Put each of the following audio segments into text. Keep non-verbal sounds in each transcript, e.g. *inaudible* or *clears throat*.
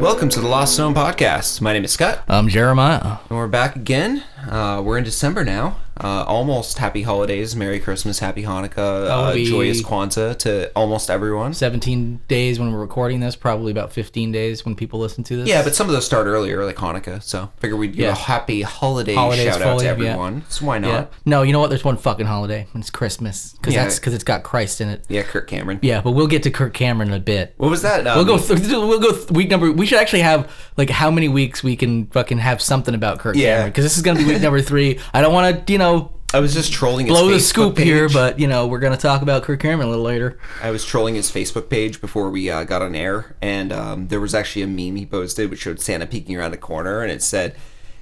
Welcome to the Lost Stone Podcast. My name is Scott, I'm Um, Jeremiah. and we're back again. Uh, we're in December now. Uh, almost happy holidays. Merry Christmas, Happy Hanukkah, uh, be- joyous Kwanzaa to almost everyone. 17 days when we're recording this, probably about 15 days when people listen to this. Yeah, but some of those start earlier, like Hanukkah. So figure we'd give Yeah. a happy holiday Holidays shout out fully, to yeah. everyone. So why Yeah. not? No, you know what? There's one fucking holiday, and it's Christmas. Because Yeah. that's because it's got Christ in it. Yeah, Kirk Cameron. Yeah, but we'll get to Kirk Cameron in a bit. What was that? Um, We'll go. Th- we'll go th- week number. We should actually have like how many weeks we can fucking have something about Kirk Yeah. Cameron because this is gonna be week number three. I don't want to you know I was just trolling. blow the his Facebook scoop page. here, but you know we're gonna talk about Kirk Cameron a little later. I was trolling his Facebook page before we uh, got on air, and um, there was actually a meme he posted which showed Santa peeking around a corner, and it said,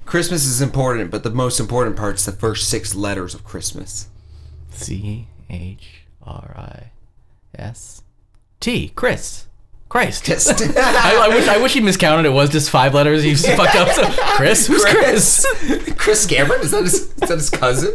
"Christmas is important, but the most important part's the first six letters of Christmas." *laughs* C H R I S T Chris Christ. Just I, I wish I wish he miscounted. It was just five letters. He just fucked up. So, Chris, who's Chris? Chris Cameron is that his, is that his cousin?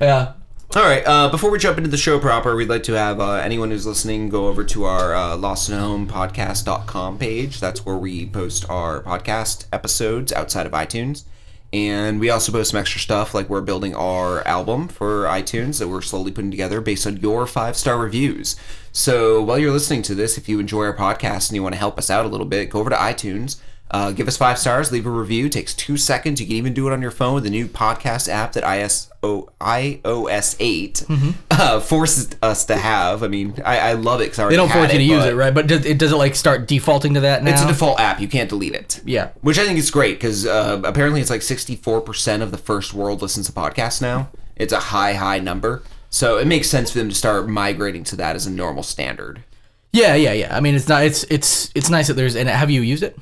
Yeah. All right. Uh, before we jump into the show proper, we'd like to have uh, anyone who's listening go over to our uh, Lost and Home podcast.com page. That's where we post our podcast episodes outside of iTunes. And we also post some extra stuff, like we're building our album for iTunes that we're slowly putting together based on your five star reviews. So while you're listening to this, if you enjoy our podcast and you want to help us out a little bit, go over to iTunes. Uh, give us five stars, leave a review. It takes two seconds. You can even do it on your phone with the new podcast app that ISO, iOS 8 Mm-hmm. uh, forces us to have. I mean, I, I love it because I already They don't had force you to use but it, right? But does it does it like start defaulting to that now? It's a default app. You can't delete it. Yeah. Which I think is great because uh, apparently it's like 64% of the first world listens to podcasts now. It's a high, high number. So it makes sense for them to start migrating to that as a normal standard. yeah, yeah, yeah. I mean, it's not. It's it's it's nice that there's. And have you used it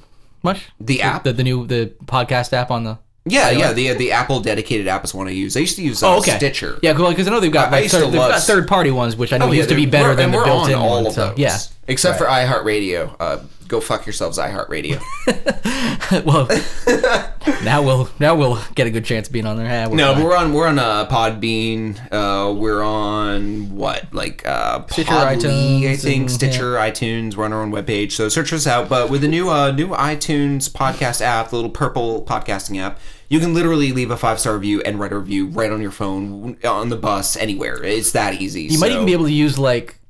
much? The app? the, the new the podcast app on the. Yeah, yeah. The uh, the Apple dedicated app is one I use. I used to use Oh, uh, Stitcher. Yeah, because I know they've got I like, used to third, they've love got s- third party ones, which I know Oh, yeah, used to be they're- better we're- than and the we're built in on all one. of So those. yeah. *laughs* Except for iHeartRadio. Uh, go fuck yourselves, iHeartRadio. well, *laughs* now we'll now we'll get a good chance of being on there. Yeah, *laughs* we're no, fine. but we're on we're on uh, Podbean. Uh, we're on what like uh, Stitcher, Podly, I iTunes, think and- Stitcher, iTunes. We're on our own webpage, so search us out. But with the new uh, new iTunes podcast app, the little purple podcasting app, you can literally leave a five star review and write a review right on your phone, on the bus, anywhere. It's that easy. You might even be able to use like.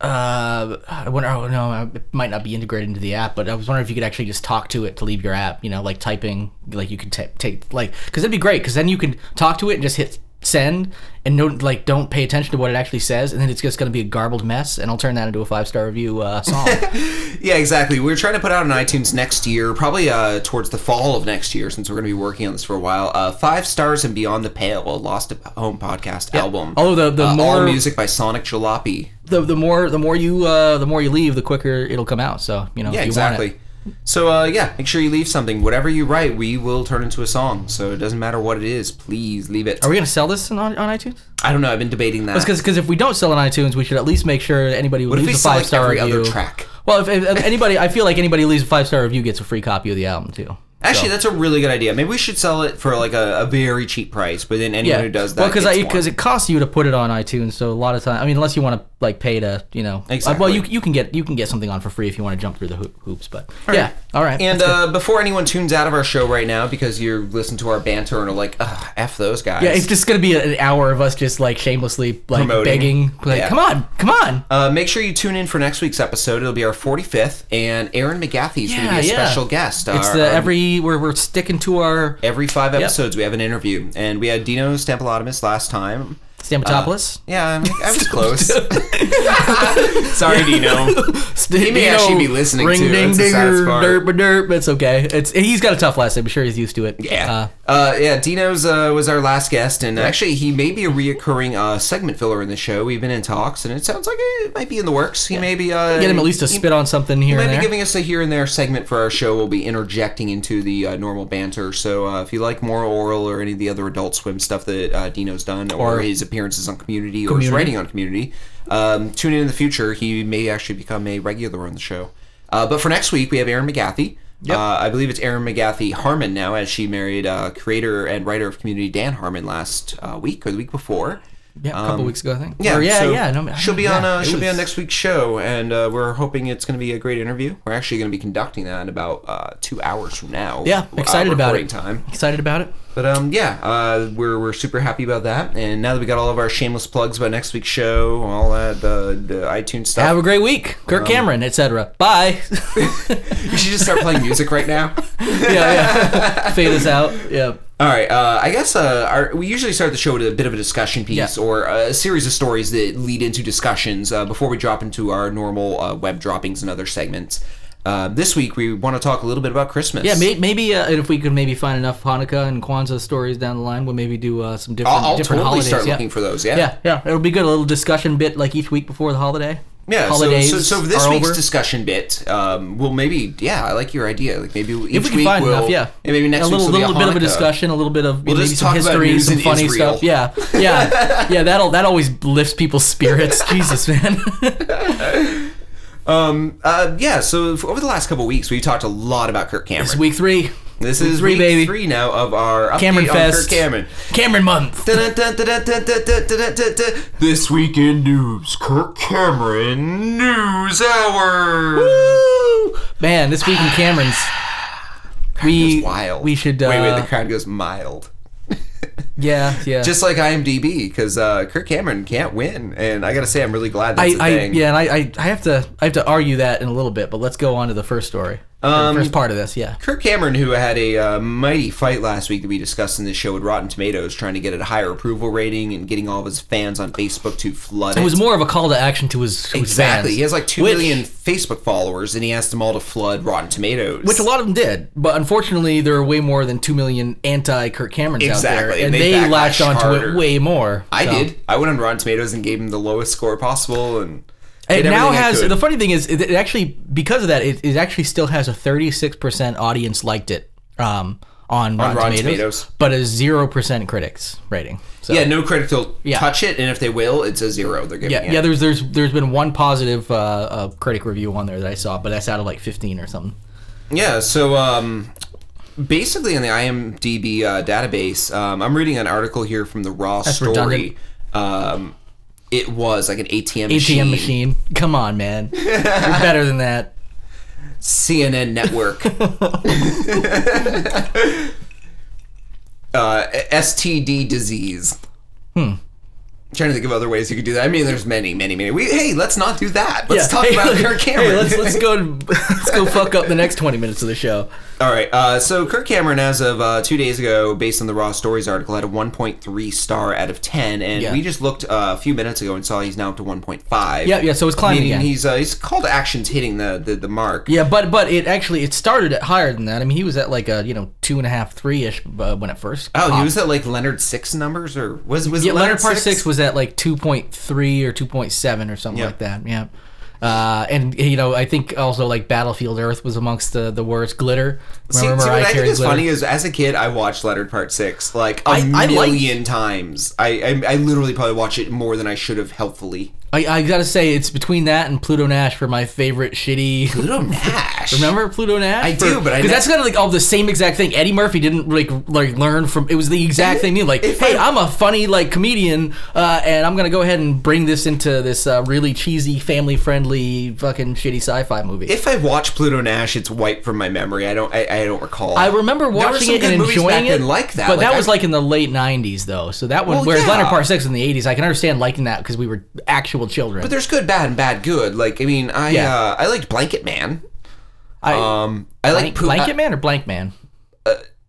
Uh, I wonder. Oh no, it might not be integrated into the app, but I was wondering if you could actually just talk to it to leave your app. You know, like typing, like you could ta- take like because that'd be great because then you can talk to it and just hit send and no like don't pay attention to what it actually says and then it's just gonna be a garbled mess and I'll turn that into a five star review uh, song. *laughs* Yeah, exactly. We're trying to put out on iTunes next year, probably uh, towards the fall of next year, since we're going to be working on this for a while. Uh, Five Stars and Beyond the Pale, a Lost at Home podcast album. Oh, the- the Uh, all more- music by Sonic Jalopy. the the more the more you uh the more you leave, the quicker it'll come out. So you know Yeah, if you want exactly. it. So uh, yeah, make sure you leave something. Whatever you write, we will turn into a song. So it doesn't matter what it is. Please leave it. Are we gonna sell this on, on iTunes? I don't know. I've been debating that. Because if we don't sell on iTunes, we should at least make sure that anybody who What if we leaves a sell five like star every review. other track? Well, if, if if anybody, I feel like anybody who leaves a five star review gets a free copy of the album too. Actually, that's a really good idea. Maybe we should sell it for like a, a very cheap price. But then anyone yeah, who does that, well, because gets one. because it costs you to put it on iTunes, so a lot of time, I mean, unless you want to like pay to, you know, uh, well, Exactly. you you can get you can get something on for free if you want to jump through the hoop, hoops, but yeah, all right, And that's good. uh, before anyone tunes out of our show right now because you listen to our banter and are like, Ugh, "F those guys," yeah, it's just gonna be an hour of us just like shamelessly like Promoting. begging, like, Yeah. come on, come on, uh, make sure you tune in for next week's episode. It'll be our 45th, and Aaron McGaffey is going Yeah, to be a yeah. special guest. It's Our- the our- every we're we're sticking to our every five episodes we have an interview, and we had Dino Stampalotomus last time. Stamatopoulos. Yeah, I *laughs* I was close. Sorry, Dino. he *laughs* may actually be listening ring, to it. ding That's the saddest dinger, part. derp a derp. It's okay. It's he's got a tough last name. I'm sure he's used to it. Yeah. Uh, yeah, Dino's uh, was our last guest, and actually, he may be a reoccurring uh, segment filler in the show. We've been in talks, and it sounds like it might be in the works. He may be. Uh, Uh, get him at least to he- spit on something here Might and be there. giving us a here and there segment for our show. We'll be interjecting into the uh, normal banter. So uh, if you like more oral or any of the other Adult Swim stuff that uh, Dino's done, or, Or- his appearances on Community, or his Community. writing on Community, um, tune in in the future. He may actually become a regular on the show. Uh, but for next week, we have Aaron McGathy. Yep. Uh, I believe it's Aaron McGathy Harmon now, as she married uh, creator and writer of Community Dan Harmon last uh, week or the week before. Yeah, a couple weeks ago, I think. Yeah, Or, yeah, so yeah. No, I- she'll be yeah, on. Uh, it she'll be was- on next week's show, and uh, we're hoping it's going to be a great interview. We're actually going to be conducting that in about uh, two hours from now. Yeah, uh, excited about recording it. Time, Excited about it. but um, yeah, uh, we're we're super happy about that. And now that we got all of our shameless plugs about next week's show, all that the, the iTunes stuff, Have a great week, Um, Kirk Cameron, etc. Bye. *laughs* we should just start playing music right now. *laughs* yeah, yeah. Fade us out. Yeah. All right. Uh, I guess uh, our, we usually start the show with a bit of a discussion piece Yeah. or a series of stories that lead into discussions uh, before we drop into our normal uh, web droppings and other segments. Uh, this week, we want to talk a little bit about Christmas. Yeah, may- maybe uh, if we could maybe find enough Hanukkah and Kwanzaa stories down the line, we'll maybe do uh, some different I'll, I'll different totally holidays. start yeah. looking for those. Yeah. yeah, yeah, it'll be good. A little discussion bit like each week before the holiday. Yeah, so- holidays so, so, for this are week's over. discussion bit, um, well, maybe, yeah, I like your idea. Like maybe each if we can week find we'll, enough, yeah. and maybe next a week's little, will little be bit of a Hanukkah. discussion, a little bit of maybe just some talk about history, news some in funny Israel. *laughs* stuff. Yeah, yeah, yeah. That'll that always lifts people's *laughs* spirits. Jesus, man. Um, uh, yeah, so f- over the last couple weeks, we've talked a lot about Kirk Cameron. it's week three, This is three, week baby. three now of our update Cameron on Fest. Kirk Cameron. Cameron month. This weekend news, Kirk Cameron News Hour. Man, this week in Cameron's, It's we wild. we should. Uh, wait, wait. The crowd goes mild, yeah, yeah. just like IMDb, because uh, Kirk Cameron can't win. And I gotta say, I'm really glad that's I, a I thing. yeah, and I, I I have to I have to argue that in a little bit, but let's go on to the first story, or Um, first part of this. Yeah, Kirk Cameron, who had a uh, mighty fight last week that we discussed in this show with Rotten Tomatoes, trying to get a higher approval rating and getting all of his fans on Facebook to flood it. it was more of a call to action to his to his exactly. fans, He has like two which- million Facebook followers, and he asked them all to flood Rotten Tomatoes. which a lot of them did, but unfortunately, there are way more than two million anti Kirk Camerons out Exactly, there, and and, they they, backlash latched onto harder. it way more. I so. did. I went on Rotten Tomatoes and gave him the lowest score possible, and It did now everything I has could. the funny thing is it, it actually because of that it, it actually still has a 36% audience liked it um, on, Rotten, Rotten Tomatoes, Tomatoes. but a 0% critics rating. So yeah, no critic will Yeah. touch it, and if they will, it's a zero. They're giving yeah, it. yeah. There's there's there's been one positive uh, uh, critic review on there that I saw, but that's out of like 15 or something. Yeah, so um, basically in the IMDb uh, database, um, I'm reading an article here from the Raw redundant. story. Um, it was like an ATM machine. ATM machine. Come on, man. You're better than that. CNN network. *laughs* uh, STD disease. Hmm. trying to think of other ways you could do that. I mean, there's many, many, many. We, hey, let's not do that. Let's Yeah. talk *laughs* Hey, about let- Kirk hey, Cameron. let's let's go let's go fuck up the next 20 minutes of the show. *laughs* All right. Uh, so Kirk Cameron, as of uh, two days ago, based on the Raw Stories article, had a 1.3 star out of 10, and Yeah. we just looked uh, a few minutes ago and saw he's now up to 1.5. Yeah, yeah. So it's climbing Meaning again. he's uh, his call to action's hitting the the, the mark. Yeah, but but it actually it started at higher than that. I mean, he was at like a you know two and a half, three ish uh, when it first. Oh, popped. he was at like Leonard Six numbers, or was was yeah. it Leonard Part Six Six? was at like two point three or two point seven or something Yeah. like that. Yeah. Uh, and you know, I think also like Battlefield Earth was amongst the the worst. Glitter. See, see, Remember what Mariah I think Carey's is Glitter? funny is as a kid, I watched Leonard Part Six like a I- I liked- million times. I, I I literally probably watch it more than I should have helpfully. I, I gotta say, it's between that and Pluto Nash for my favorite shitty. Little Nash, Hmm. Remember Pluto Nash? I do, but I because ne- that's kind of like all the same exact thing. Eddie Murphy didn't like like learn from. It was the exact same thing. Like, If hey, I- I, am a funny like comedian, uh, and I'm gonna go ahead and bring this into this uh, really cheesy, family friendly, fucking shitty sci-fi movie. If I watch Pluto Nash, it's wiped from my memory. I don't. I, I don't recall. I remember watching it and enjoying it, like that, but that I- was like in the late '90s, though. So that one, Well, whereas yeah. Leonard Part Six in the '80s, I can understand liking that because we were actual children. But there's good, bad, and bad, good. Like I mean, I Yeah. uh, I liked Blanket Man. I, Um, I like blank, Poo- Blanket uh, Man or Blank Man?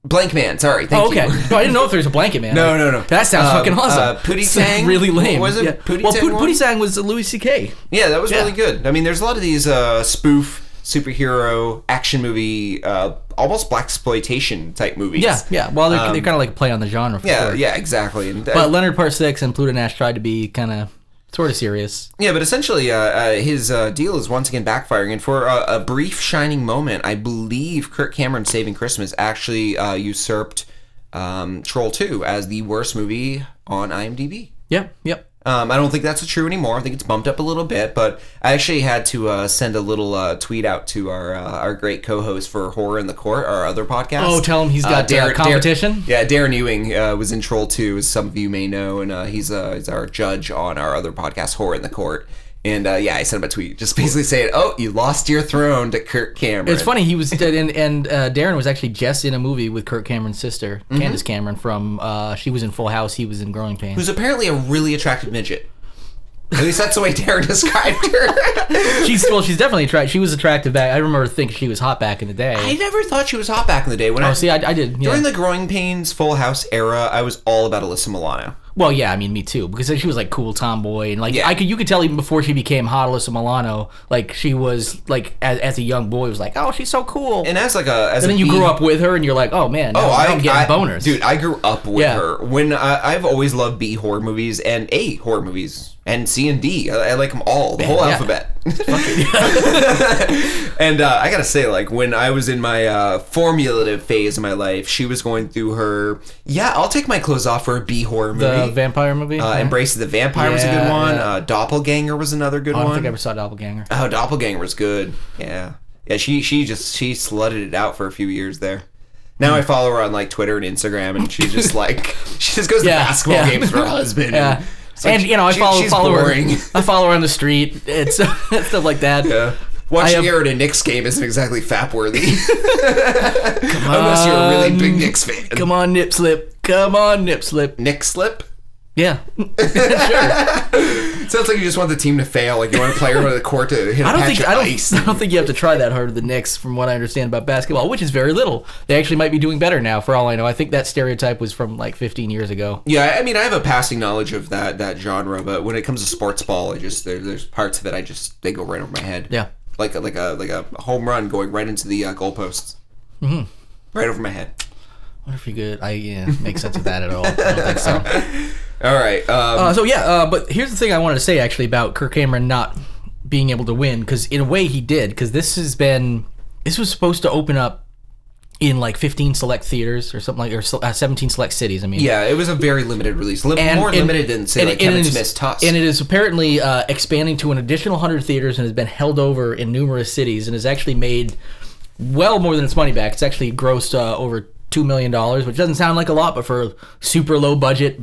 Blank Man. Sorry, thank Oh, *laughs* *laughs* okay. you. no, I didn't know if there was a blanket man. No, no, no. That sounds Um, fucking awesome. uh, Pootie It's Tang? really lame. Was it Yeah. Pootie well, Tang Poot- one? Pootie Sang was Louis C.K. Yeah, that was Yeah. really good. I mean, there's a lot of these uh, spoof superhero action movie, uh, almost black exploitation type movies. Yeah, yeah. Well, they're, they're kind of like a play on the genre. For Um, yeah, sure. yeah, exactly. And, uh, But Leonard Part Six and Pluto Nash tried to be kind of sort of serious. yeah, but essentially, uh, uh, his uh, deal is once again backfiring. And for uh, a brief shining moment, I believe Kirk Cameron Saving Christmas actually uh, usurped um, Troll Two as the worst movie on IMDb. Yep, yep. Um, I don't think that's true anymore. I think it's bumped up a little bit, but I actually had to uh, send a little uh, tweet out to our uh, our great co-host for Horror in the Court, our other podcast. Oh, tell him he's got, uh, competition? yeah, Darren Ewing uh, was in Troll Two, as some of you may know, and uh, he's uh, he's our judge on our other podcast, Horror in the Court. And uh, yeah, I sent him a tweet, just basically saying, "Oh, you lost your throne to Kirk Cameron." It's funny *laughs* he was and and uh, Darren was actually just in a movie with Kirk Cameron's sister, Mm-hmm. Candace Cameron from uh, she was in Full House, he was in Growing *laughs* Pains. who's apparently a really attractive midget. At least that's the way Darren *laughs* described her. she's well, she's definitely attractive. She was attractive back. I remember thinking she was hot back in the day. I never thought she was hot back in the day. When I oh, see, I, I did. Yeah. During the Growing Pains Full House era, I was all about Alyssa Milano. well, yeah, I mean, me too, because she was like cool tomboy and like Yeah. I could you could tell even before she became hot, Alyssa Milano, like she was like as, as a young boy was like, oh, she's so cool. And, And as like a as then a you teen- grew up with her, and you're like, oh man, now, Oh, I, now I'm I- getting boners, dude. I grew up with Yeah. her. When I, I've always loved B horror movies and A horror movies and C and D. I, I like them all, the whole yeah. alphabet. *laughs* and uh, I gotta say, like when I was in my uh, formulative phase of my life, she was going through her. Yeah, I'll take my clothes off for a B horror movie. The vampire movie. uh, Embrace of the Vampire was a good Yeah, one. yeah. Oh, Uh, Doppelganger was another good I one. don't think I ever saw Doppelganger. *laughs* Oh, Doppelganger was good. Yeah, yeah. She she just she slutted it out for a few years there. Now I follow her on like Twitter and Instagram, and she's just like *laughs* she just goes Yeah, to basketball yeah. games with her husband. Yeah. and, it's like, And you know, I she- follow she's follow her. boring. *laughs* I follow her on the street. It's *laughs* stuff like that. Yeah. Watching have- her at a Knicks game isn't exactly fap *laughs* worthy. *laughs* Unless you're a really big on. Knicks fan. Come on, nip slip. Come on, nip slip. Knicks slip? Yeah. Sounds like you just want the team to fail. Like you want a player over the court to hit a I don't patch think of I ice. don't, *laughs* I don't think you have to try that hard at the Knicks, from what I understand about basketball, which is very little. They actually might be doing better now, for all I know. I think that stereotype was from like 15 years ago. Yeah, I mean, I have a passing knowledge of that that genre, but when it comes to sports ball, I just there, there's parts of it I just they go right over my head. Yeah. like a, like a like a home run going right into the uh, goalposts, mm-hmm. right over my head. I wonder if you could. I yeah, make sense of that at all. I don't think so. All right, um, Uh, so yeah, uh, but here's the thing I wanted to say actually about Kirk Cameron not being able to win because in a way he did because this has been this was supposed to open up in like 15 select theaters or something like or se- uh, 17 select cities. I mean, yeah, it was a very limited release, Lim- more it- limited than say and like it Kevin is- Smith's Tusk. And it is apparently uh, expanding to an additional 100 theaters and has been held over in numerous cities and has actually made well more than its money back. It's actually grossed uh, over $2 million, which doesn't sound like a lot, but for super low budget,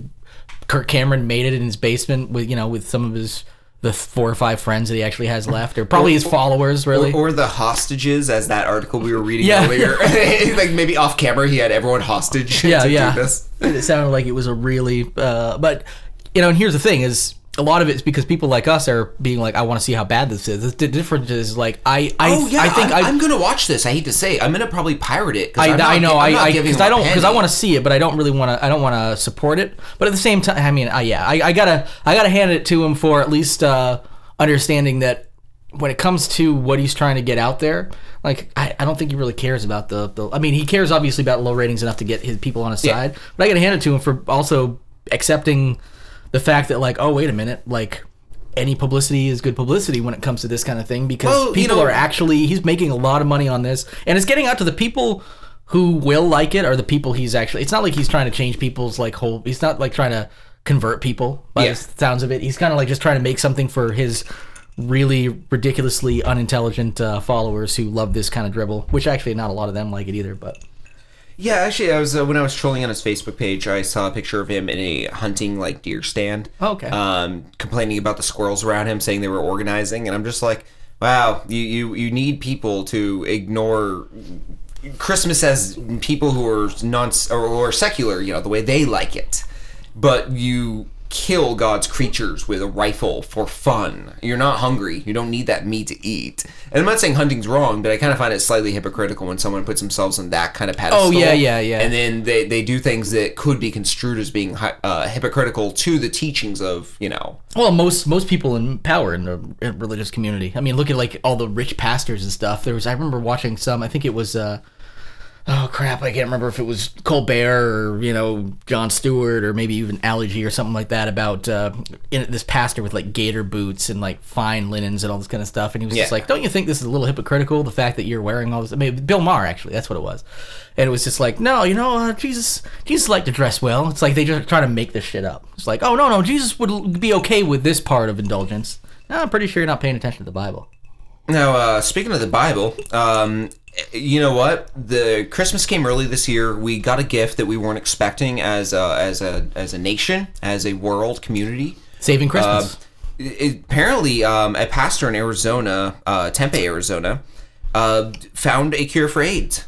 Kirk Cameron made it in his basement with, you know, with some of his, the four or five friends that he actually has left, or probably his followers, really. or the hostages, as that article we were reading Yeah. *laughs* earlier. *laughs* like maybe off camera, he had everyone hostage *laughs* yeah, to yeah. do this. *laughs* it sounded like it was a really, uh, but you know, and here's the thing: is a lot of it's because people like us are being like, I want to see how bad this is. The difference is like, I, I, Oh yeah, I think I'm, I, I'm gonna watch this. I hate to say, I'm gonna probably pirate it. 'cause I, I'm not I gi- know, I'm not I, giving because them I a don't, because I penny. want to see it, but I don't really want to, I don't want to support it. But at the same time, I mean, I, yeah, I, I gotta, I gotta hand it to him for at least uh, understanding that when it comes to what he's trying to get out there, like, I, I don't think he really cares about the, the, I mean, he cares obviously about low ratings enough to get his people on his side, but I gotta hand it to him for also accepting the fact that, like, oh, wait a minute, like, any publicity is good publicity when it comes to this kind of thing because Well, you people know- are actually he's making a lot of money on this and it's getting out to the people who will like it are the people he's actually it's not like he's trying to change people's like whole he's not like trying to convert people by Yeah. the sounds of it he's kind of like just trying to make something for his really ridiculously unintelligent uh, followers who love this kind of dribble which actually not a lot of them like it either but Yeah, actually, I was uh, when I was trolling on his Facebook page, I saw a picture of him in a hunting like deer stand. Oh, okay. Um, complaining about the squirrels around him, saying they were organizing, and I'm just like, wow, you you you need people to ignore Christmas as people who are non or, or secular, you know, the way they like it, but you kill God's creatures with a rifle for fun. You're not hungry. You don't need that meat to eat. And I'm not saying hunting's wrong, but I kind of find it slightly hypocritical when someone puts themselves on that kind of pedestal. Oh, yeah, yeah, yeah. And then they, they do things that could be construed as being hy- uh, hypocritical to the teachings of, you know, Well, most most people in power in the religious community. I mean, look at like all the rich pastors and stuff. There was I remember watching some. I think it was uh, oh crap, I can't remember if it was Colbert or you know John Stewart or maybe even Allergy or something like that about uh, in, this pastor with like gator boots and like fine linens and all this kind of stuff, and he was just Yeah. like, "Don't you think this is a little hypocritical? The fact that you're wearing all this." I mean, Bill Maher actually, that's what it was, and it was just like, "No, you know, uh, Jesus, Jesus liked to dress well." It's like they just try to make this shit up. It's like, "Oh no, no, Jesus would be okay with this part of indulgence." No, I'm pretty sure you're not paying attention to the Bible. Now, uh, speaking of the Bible, um, you know what? The Christmas came early this year. We got a gift that we weren't expecting as a, as a as a nation, as a world community. Saving Christmas. It- apparently, um, a pastor in Arizona, uh, Tempe, Arizona, uh, found a cure for AIDS.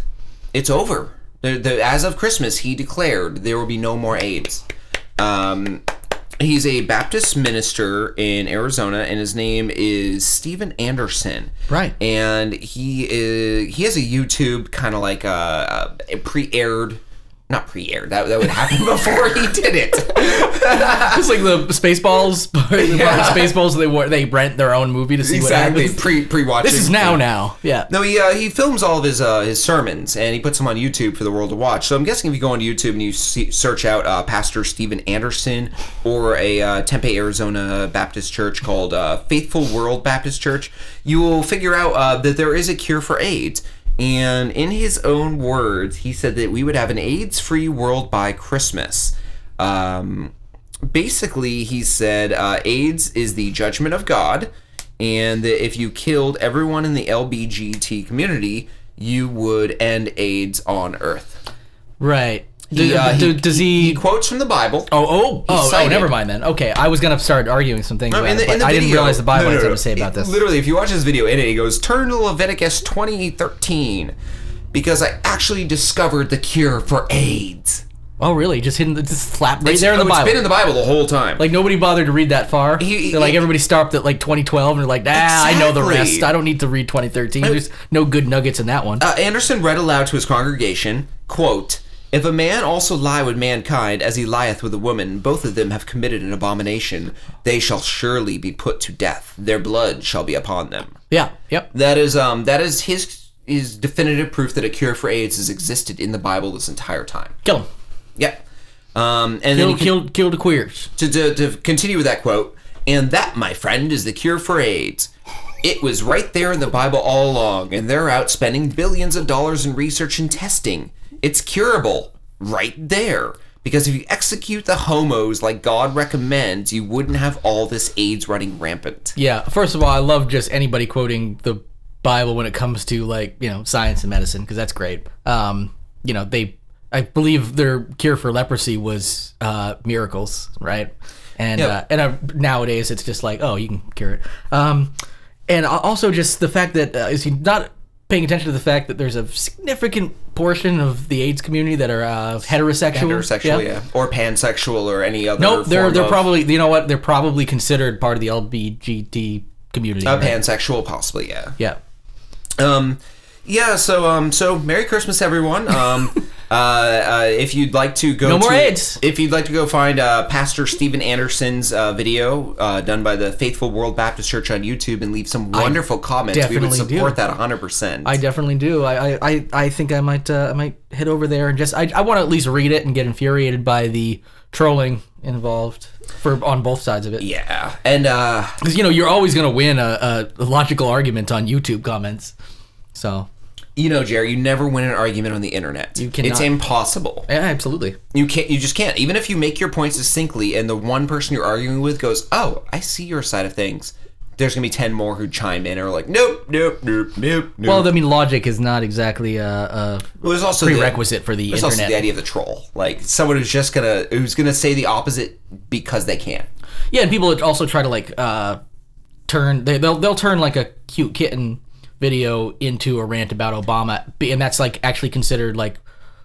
It's over. The, the, as of Christmas, he declared there will be no more AIDS. Um, he's a Baptist minister in Arizona, and his name is Stephen Anderson. Right. and he is he has a YouTube kind of like a, a pre-aired. Not pre-aired. That, that would happen *laughs* before he did it. It's like the Spaceballs, *laughs* Yeah. Spaceballs. They wa- they rent their own movie to see what exactly. happens. Pre pre-watching. This is now, now. Yeah. No, he uh, he films all of his uh, his sermons and he puts them on YouTube for the world to watch. So I'm guessing if you go on YouTube and you see, search out uh, Pastor Stephen Anderson or a uh, Tempe, Arizona Baptist church called uh, Faithful World Baptist Church, you will figure out uh, that there is a cure for AIDS. And in his own words, he said that we would have an AIDS-free world by Christmas. Um, basically, he said uh, AIDS is the judgment of God, and that if you killed everyone in the LBGT community, you would end AIDS on Earth. Right. Do- He, uh, do- he- does he? He quotes from the Bible. oh, oh, oh, oh. cited- Never mind then. Okay, I was gonna start arguing some things, about it, but I didn't video- realize the Bible no, no, had no. something to say about It- this. Literally, if you watch this video, in it, he goes, "Turn to Leviticus 20:13, because I actually discovered the cure for AIDS." oh, really? Just hidden, just slap right It's- there in the oh, Bible. It's been in the Bible the whole time. like nobody bothered to read that far. He- he- They're like everybody stopped at like 2012, and they're like, Nah, I know the Exactly. rest. I don't need to read 2013. There's no good nuggets in that one. Uh, Anderson read aloud to his congregation, quote, If a man also lie with mankind as he lieth with a woman, both of them have committed an abomination. They shall surely be put to death. Their blood shall be upon them. yeah. Yep. That is um that is his is definitive proof that a cure for AIDS has existed in the Bible this entire time. Kill him. Yep. Um, and then Kill, he kill, kill the queers. to, to, to continue with that quote, and that, my friend, is the cure for AIDS. It was right there in the Bible all along, and they're out spending billions of dollars in research and testing. It's curable right there. Because if you execute the homos like God recommends, you wouldn't have all this AIDS running rampant. Yeah. First of all, I love just anybody quoting the Bible when it comes to like you know science and medicine because that's great. Um, you know they, I believe their cure for leprosy was uh, miracles, right? And uh, and uh, nowadays it's just like oh you can cure it. Um, and al- also just the fact that uh, is he not paying attention to the fact that there's a significant portion of the AIDS community that are uh, heterosexual. Heterosexual, yeah. Or pansexual or any other. Nope, they're form they're of- probably you know what they're probably considered part of the LGBT community. Uh, right? pansexual, possibly, yeah. Yeah. Um, yeah. So, um, so Merry Christmas, everyone. *laughs* Um, uh, uh, if you'd like to go, No more to- AIDS. If you'd like to go find uh, Pastor Stephen Anderson's uh, video uh, done by the Faithful World Baptist Church on YouTube and leave some wonderful comments, we would definitely do. support that 100. percent I definitely do. I, I- I, I think I might uh, I might head over there and just I, I want to at least read it and get infuriated by the trolling involved for on both sides of it Yeah, and uh, because you know you're always gonna win a, a logical argument on YouTube comments. So you know, Jerry, you never win an argument on the internet. You cannot. It's impossible. yeah, absolutely. You can't. You just can't. Even if you make your point succinctly, and the one person you're arguing with goes, "Oh, I see your side of things." There's gonna be ten more who chime in and are like, "Nope, nope, nope, nope." nope. Well, I mean, logic is not exactly a, a Well, there's also prerequisite for the The, there's also internet. the idea of the troll, like someone who's just gonna who's gonna say the opposite because they can. Yeah, and people also try to like uh, turn they, they'll they'll turn like a cute kitten video into a rant about Obama, b- and that's like actually considered like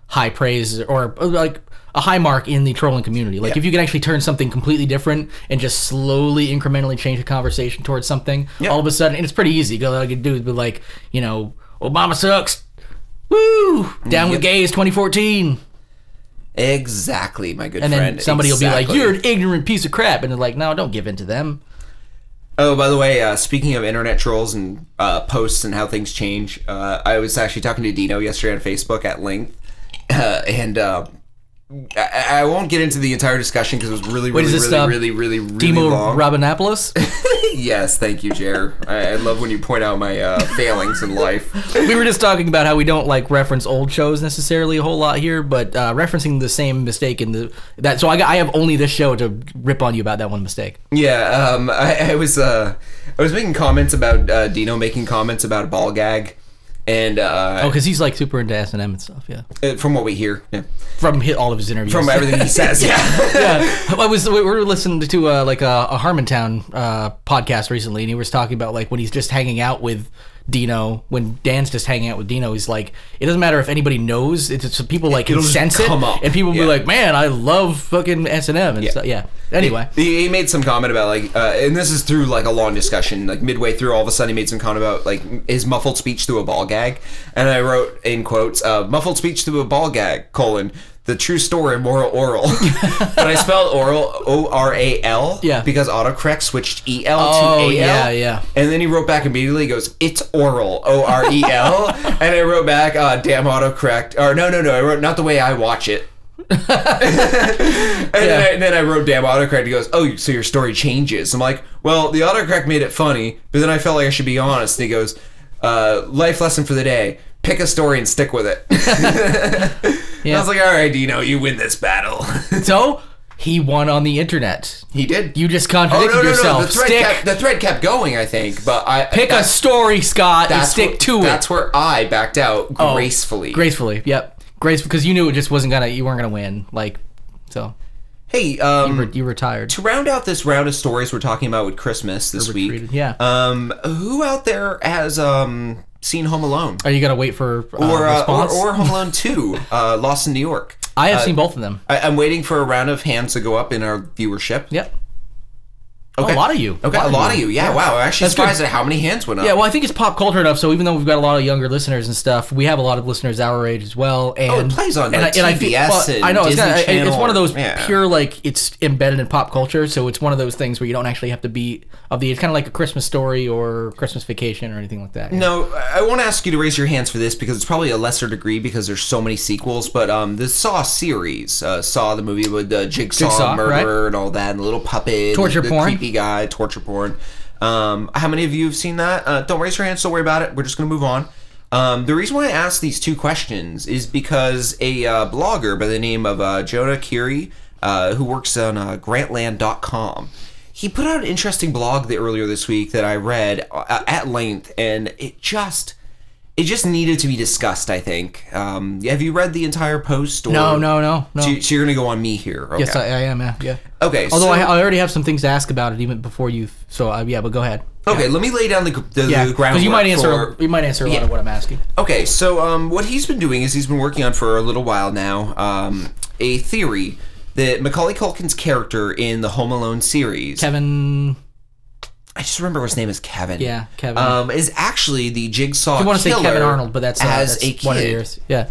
high praise or uh, like a high mark in the trolling community. Like if you can actually turn something completely different and just slowly incrementally change the conversation towards something, all of a sudden, and it's pretty easy. Go like a dude with like you know Obama sucks. Woo! Down with gays 2014. Exactly, my good And then friend. somebody will be like, Exactly. you're an ignorant piece of crap. And they're like, no, don't give in to them. Oh, by the way, uh, speaking of internet trolls and uh, posts and how things change, uh, I was actually talking to Dino yesterday on Facebook at length, uh, and uh, I-, I won't get into the entire discussion because it was really, really, is this, really, um, really, really, really, Demo long. Robinopoulos. yes, thank you, Jer. I-, I love when you point out my uh, failings in life. *laughs* we were just talking about how we don't like reference old shows necessarily a whole lot here, but uh, referencing the same mistake in the that. So I, got- I have only this show to rip on you about that one mistake. Yeah, um, I, I was uh, I was making comments about uh, Dino making comments about a ball gag, and Oh, uh, because he's like super into S and M and stuff. Yeah, from what we hear, yeah. from hit all of his interviews. *laughs* from everything he says, yeah. yeah, *laughs* I was we were listening to uh, like a, a Harmontown uh, podcast recently, and he was talking about like when he's just hanging out with Dino, when Dan's just hanging out with Dino, he's like, it doesn't matter if anybody knows, it's just people like can It'll just sense it, come up. and people will Yeah. be like, man, I love fucking S and M, and stuff. Yeah. *laughs* Anyway, He, he made some comment about like, uh, and this is through like a long discussion. Like midway through, all of a sudden, he made some comment about like m- his muffled speech through a ball gag, and I wrote in quotes, uh, "muffled speech through a ball gag: colon the true story of moral oral." *laughs* but I spelled oral O R A L, Yeah. because autocorrect switched E L Oh, to A L, yeah, yeah. And then he wrote back immediately, he goes, "It's oral O R E *laughs* L," and I wrote back, uh, "Damn autocorrect," or no, no, no, I wrote not the way I watch it. *laughs* And, then I, and then I wrote damn autocorrect. He goes, oh, so your story changes. I'm like, well, the autocorrect made it funny, but then I felt like I should be honest. And he goes, uh, life lesson for the day: pick a story and stick with it. *laughs* I yeah. was like, all right, Dino, you win this battle. so he won on the internet. he did. You just oh contradicted no, no, yourself. no. The thread, stick, kept, the thread kept going. I think, but I pick a story, Scott, and stick where, to it Oh, That's where I backed out gracefully. gracefully. Yep, grace because you knew it just wasn't gonna, you weren't gonna win. Like, so Hey, um, you were tired. to round out this round of stories we're talking about with Christmas this week, treated, yeah. Um, who out there has um seen Home Alone Are you gonna wait for uh, or, uh, or response? or uh, Home *laughs* Alone Two, uh, Lost in New York? I have seen both of them. I, I'm waiting for a round of hands to go up in our viewership. Yep. Okay. A lot of you. Okay, a lot of you. Yeah, wow. I'm actually That's good. surprised at how many hands went up. Yeah, well, I think it's pop culture enough. So even though we've got a lot of younger listeners and stuff, we have a lot of listeners our age as well. And Oh, it plays on, like, feel- TBS well, and I know it's, Disney gonna- it- it's Channel one of those or- yeah. pure like it's embedded in pop culture. So it's one of those things where you don't actually have to be of the. It's kind of like a Christmas story or Christmas vacation or anything like that. No, I won't ask you to raise your hands for this because it's probably a lesser degree because there's so many sequels. But um, the Saw series, uh, Saw the movie with the Jigsaw, Jigsaw, murderer and all that, and the little puppet, Torture the, porn. creepy guy, torture porn. Um, how many of you have seen that? Uh, don't raise your hands. Don't worry about it. We're just gonna move on. Um, the reason why I asked these two questions is because a uh, blogger by the name of uh, Jonah Curie, uh, who works on uh, Grantland.com, he put out an interesting blog the, earlier this week that I read uh, at length, and it just it just needed to be discussed. I think. Um, have you read the entire post? Or no, no, no, no. So, you- so you're gonna go on me here. Okay. yes, I, I am. Yeah. yeah. okay. Although so- I, I already have some things to ask about it even before you. So uh, yeah, but go ahead. okay, let me lay down the gr- the, Yeah, the groundwork. because you might answer. for- you might answer a lot Yeah. of what I'm asking. Okay, so um, what he's been doing is he's been working on for a little while now um, a theory that Macaulay Culkin's character in the Home Alone series, Kevin, I just remember his name is Kevin. yeah, Kevin. Um, is actually the jigsaw. I want to say Kevin killer Arnold, but that's uh, as that's a kid, one of yours. Yeah,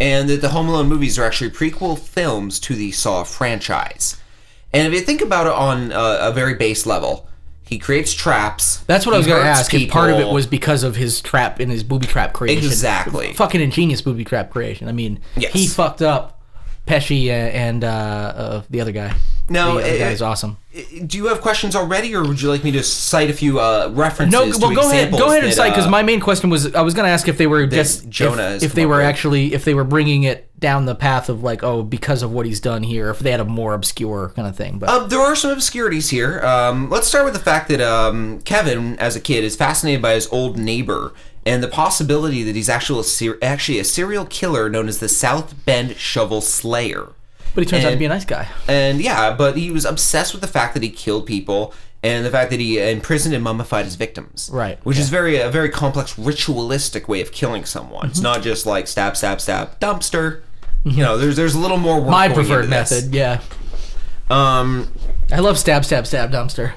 and that the Home Alone movies are actually prequel films to the Saw franchise. And if you think about it on a, a very base level, he creates traps. that's what he I was going to hurts ask. If part of it people. was because of his trap in his booby trap creation. Exactly. Fucking ingenious booby trap creation. I mean, Yes. he fucked up Pesci uh, and uh, uh, the other guy. No, the other it- guy is awesome. Do you have questions already, or would you like me to cite a few uh, references? No, to well, go ahead. examples Go ahead and that, cite because uh, my main question was I was going to ask if they were just if- Jonah has if, they come up were with. actually if they were bringing it down the path of like oh because of what he's done here if they had a more obscure kind of thing. But Um, there are some obscurities here. Um, let's start with the fact that um, Kevin, as a kid, is fascinated by his old neighbor and the possibility that he's actually a, ser- actually a serial killer known as the South Bend Shovel Slayer. but he turns out to and- be a nice guy. And yeah, but he was obsessed with the fact that he killed people and the fact that he imprisoned and mummified his victims. Right, Which is very a very complex ritualistic way of killing someone. Mm-hmm. It's not just like stab, stab, stab, dumpster. You know, there's there's a little more work. My going into preferred this. method. Yeah. Um, I love stab, stab, stab dumpster.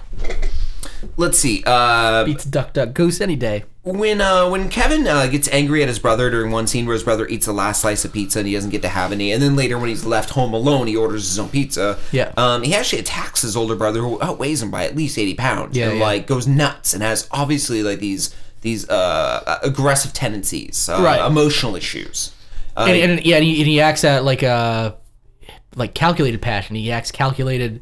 let's see. Uh, Beats duck, duck, goose any day. when uh, when Kevin uh, gets angry at his brother during one scene where his brother eats the last slice of pizza and he doesn't get to have any, and then later when he's left home alone, he orders his own pizza. Yeah. Um, he actually attacks his older brother who outweighs him by at least eighty pounds. Yeah, And yeah. like goes nuts and has obviously like these these uh, aggressive tendencies, uh, Right. emotional issues. Uh, and, and yeah, and he, and he acts at like uh like calculated passion. He acts calculated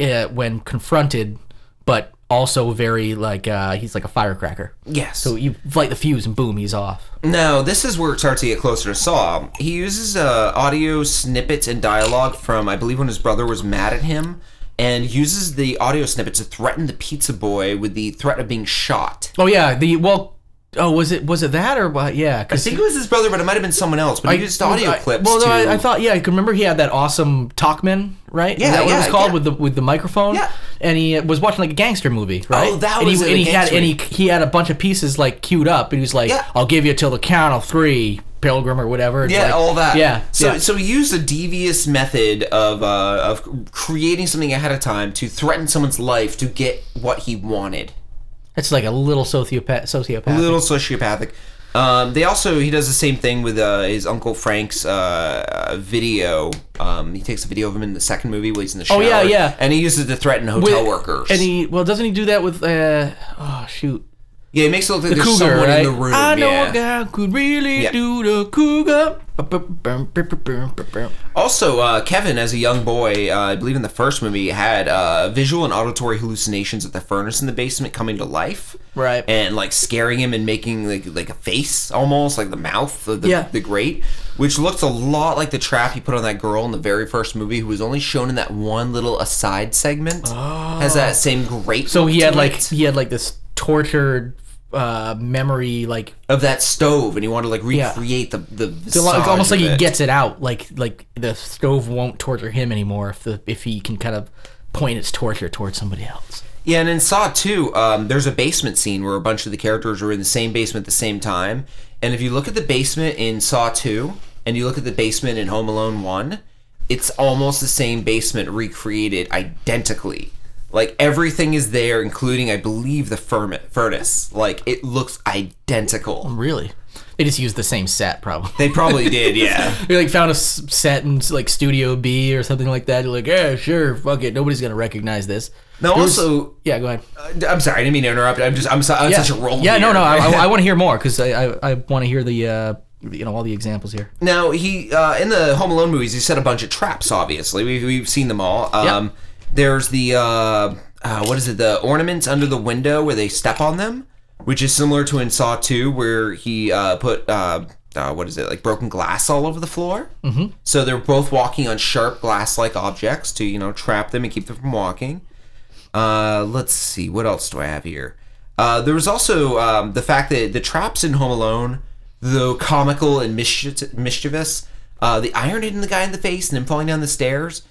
uh, when confronted, but also very like uh he's like a firecracker. yes. So you light the fuse and boom, he's off. Now, this is where it starts to get closer to Saw. He uses uh, audio snippets and dialogue from, I believe, when his brother was mad at him, and uses the audio snippet to threaten the pizza boy with the threat of being shot. Oh yeah, the well, oh was it was it that or what? Yeah, I because think it was his brother, but it might have been someone else. But he used audio I, clips. Well, no, to, I, I thought yeah. I could remember he had that awesome Talkman, right? Is Yeah, that what it was yeah, called yeah. with the with the microphone. Yeah. and he uh, was watching like a gangster movie, right? Oh, that and was it, he, and a he had gangster and he, he had a bunch of pieces like queued up, and he was like, Yeah. "I'll give you till the count of three, Pilgrim or whatever." It's Yeah, like- all that. Yeah, So yeah. so he used a devious method of uh, of creating something ahead of time to threaten someone's life to get what he wanted. it's like a little sociopath. Sociopath. little sociopathic. Um, they also he does the same thing with uh, his uncle Frank's uh, video. Um, he takes a video of him in the second movie while he's in the shower. Oh, yeah, yeah. And he uses it to threaten With- hotel workers. And he well, doesn't he do that with? uh Oh shoot. yeah, he makes it look like the there's cougar, someone right? in the room. I know yeah. a guy who could really Yeah. do the cougar. Ba-ba-bum-ba-ba-bum-ba-bum. Also, uh, Kevin, as a young boy, uh, I believe in the first movie, had uh, visual and auditory hallucinations of the furnace in the basement coming to life, Right. And like scaring him and making like like a face almost like the mouth of the, Yeah. the grate, which looks a lot like the trap he put on that girl in the very first movie, who was only shown in that one little aside segment. Has that same grate? Oh. So he look had to like it he had like this tortured uh, memory, like of that stove, and he wanted to like recreate the the. it's a lot- it's visage almost like of he it. gets it out. Like like the stove won't torture him anymore if the if he can kind of point its torture towards somebody else. Yeah, and in Saw 2, um, there's a basement scene where a bunch of the characters are in the same basement at the same time. And if you look at the basement in Saw 2 and you look at the basement in Home Alone 1, it's almost the same basement recreated identically. Like everything is there, including, I believe, the furm- furnace. Like it looks identical. Really, they just used the same set probably. *laughs* They probably did, yeah. They like found a s- set in like Studio B or something like that. You're like, yeah, sure, fuck it, nobody's gonna recognize this. Now, There was- also, yeah, go ahead. uh, I'm sorry, I didn't mean to interrupt. I'm just, I'm, so, I'm yeah. such a roll. Yeah, no, here. no, I, want to hear more because I, I, I want to hear the, uh, you know, all the examples here. Now he uh, in the Home Alone movies, he set a bunch of traps. Obviously, we've, we've seen them all. Um, There's the uh, uh, what is it? The ornaments under the window where they step on them, which is similar to in Saw Two, where he uh, put uh, uh, what is it like broken glass all over the floor. Mm-hmm. So they're both walking on sharp glass-like objects to you know trap them and keep them from walking. Uh, let's see. What else do I have here? Uh, there was also um, the fact that the traps in Home Alone, though comical and mischie- mischievous, uh, the iron hitting the guy in the face and him falling down the stairs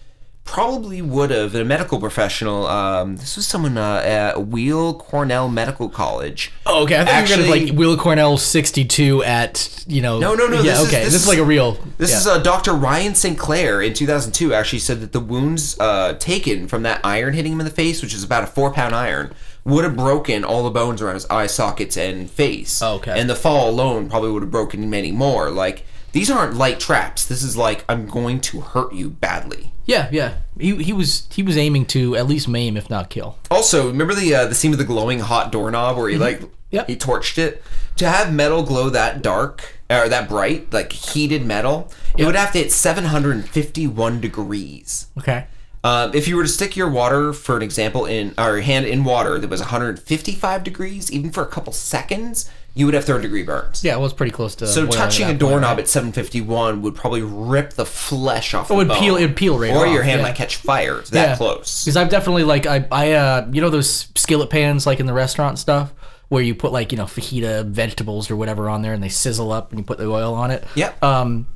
probably would have a medical professional. Um, this was someone uh, at Wheel Cornell Medical College. Oh, okay. I thought you were gonna Actually- like Will Cornell sixty two at you know. No, no, no, Yeah, this is- okay. this is- this, is like a real. This yeah. is uh, Dr. Ryan Sinclair in 2002 actually said that the wounds uh, taken from that iron hitting him in the face, which is about a four pound iron, would have broken all the bones around his eye sockets and face. Oh, Okay. And the fall alone probably would have broken many more. Like, these aren't light traps. This is like, I'm going to hurt you badly. yeah, yeah. He he was he was aiming to at least maim if not kill. Also, remember the uh, the scene with the glowing hot doorknob where he like Mm-hmm. Yep. he torched it. To have metal glow that dark or that bright, like heated metal, it would have to hit 751 degrees. Okay. Um, if you were to stick your water, for an example, in or your hand in water that was 155 degrees, even for a couple seconds, you would have third degree burns. Yeah, it was pretty close to. So boiling at touching that a point. doorknob at 751 would probably rip the flesh off. It would peel- it would peel right Or your off, hand yeah. might catch fire. It's that Yeah. close. Because I've definitely like I I uh you know those skillet pans like in the restaurant stuff where you put like you know fajita vegetables or whatever on there and they sizzle up and you put the oil on it. Yep. Um,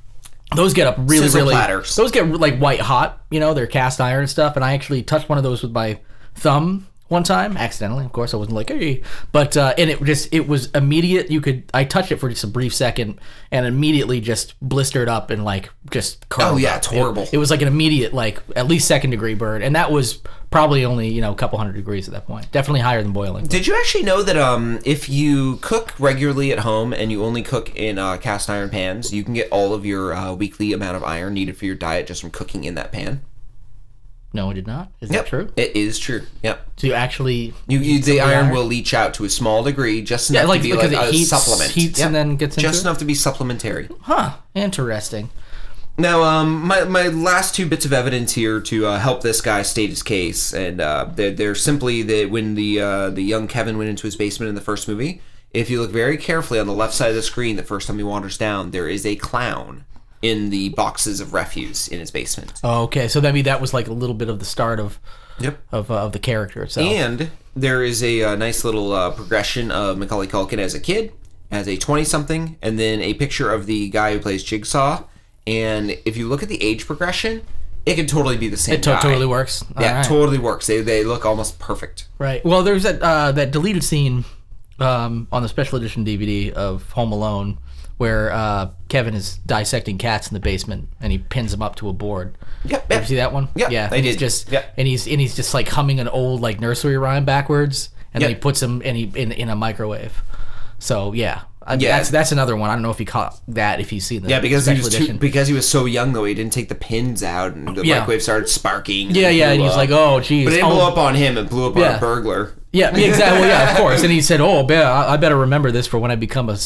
those get up really Sizzle really platters. those get like white hot. You know they're cast iron and stuff. And I actually touched one of those with my thumb one time accidentally of course i wasn't like hey but uh, and it just it was immediate you could i touched it for just a brief second and immediately just blistered up and like just curled Oh, yeah, up. it's It- horrible. it, was like an immediate like at least second degree burn and that was probably only you know a couple hundred degrees at that point definitely higher than boiling Did you actually know that um, if you cook regularly at home and you only cook in uh, cast iron pans, you can get all of your uh, weekly amount of iron needed for your diet just from cooking in that pan? no i did not is that true It is true. Yep. do you actually You, you the iron iron? will leach out to a small degree, just enough like, to be because like it a heats- supplement. heats and then gets into just it? enough to be supplementary. huh interesting Now, um, my, my last two bits of evidence here to uh, help this guy state his case, and uh, they're, they're simply that when the uh, the young Kevin went into his basement in the first movie, if you look very carefully on the left side of the screen, the first time he wanders down, there is a clown in the boxes of refuse in his basement. Oh, okay so that mean that was like a little bit of the start of Yep. of, uh, of the character itself And there is a, uh nice little uh, progression of Macaulay Culkin as a kid, as a 20 something, and then a picture of the guy who plays Jigsaw. And if you look at the age progression, it could totally be the same it to- guy. totally works All Yeah, right. totally works. They, they look almost perfect. Right. Well, there's that uh, that deleted scene um, on the special edition DVD of Home Alone where uh, Kevin is dissecting cats in the basement and he pins them up to a board. Yep, You yep. ever see that one? Yeah, Yeah. I and he's did. Just Yeah. and he's and he's just like humming an old like nursery rhyme backwards, and then Yeah. he puts him in, he, in in a microwave. So yeah, I, Yeah. That's that's another one. I don't know if he caught that if he's seen the Yeah, because he special was too, edition. because he was so young though, he didn't take the pins out, and the Yeah. microwave started sparking. yeah, yeah, and blew he's up. like, oh, geez. but it oh, didn't blow up on him; it blew up on Yeah. a burglar. Yeah, yeah, exactly. Well, *laughs* yeah, of course. And he said, "Oh, be- I I better remember this for when I become a uh,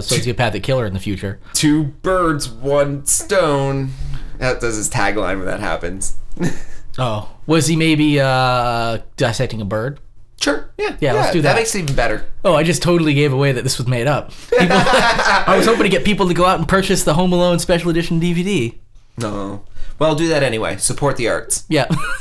sociopathic killer in the future." Two birds, one stone. That does his tagline when that happens. *laughs* Oh, was he maybe uh, dissecting a bird? Sure. Yeah. Yeah, let's do that. That makes it even better. Oh, I just totally gave away that this was made up. People, *laughs* I was hoping to get people to go out and purchase the Home Alone special edition DVD. No. Well, do that anyway. Support the arts. Yeah, *laughs*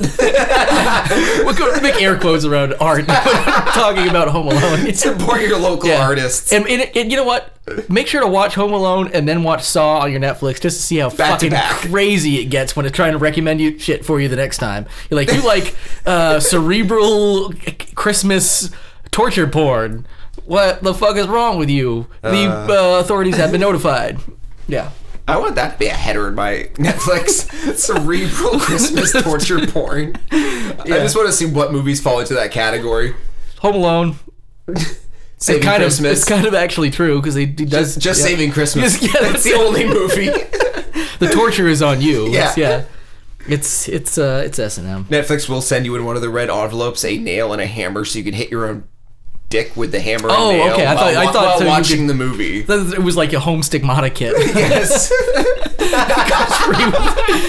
we'll go make air quotes around art *laughs* talking about Home *laughs* *laughs* Alone. Support your local artists. And, and, and you know what? Make sure to watch Home Alone and then watch Saw on your Netflix just to see how Back to fucking back. crazy it gets when it's trying to recommend you shit for you the next time. *laughs* You're like, you like uh, cerebral Christmas torture porn. What the fuck is wrong with you? The uh, authorities have been notified. Yeah. I want that to be a header in my *laughs* Netflix *laughs* cerebral Christmas torture porn. I just want to see what movies fall into that category. Home Alone. Saving Kind of, Christmas. it's kind of actually true because he does just just yeah. saving Christmas. Just- yeah, that's that's the it. only *laughs* movie. the torture is on you. *laughs* Yeah. It's, yeah. It's it's uh it's S and M. Netflix will send you in one of the red envelopes a nail and a hammer so you can hit your own dick with the hammer Oh, and nail okay, I while, thought- I thought while so you watching the *laughs* movie. It was like a home stigmata kit. *laughs* yes. *laughs*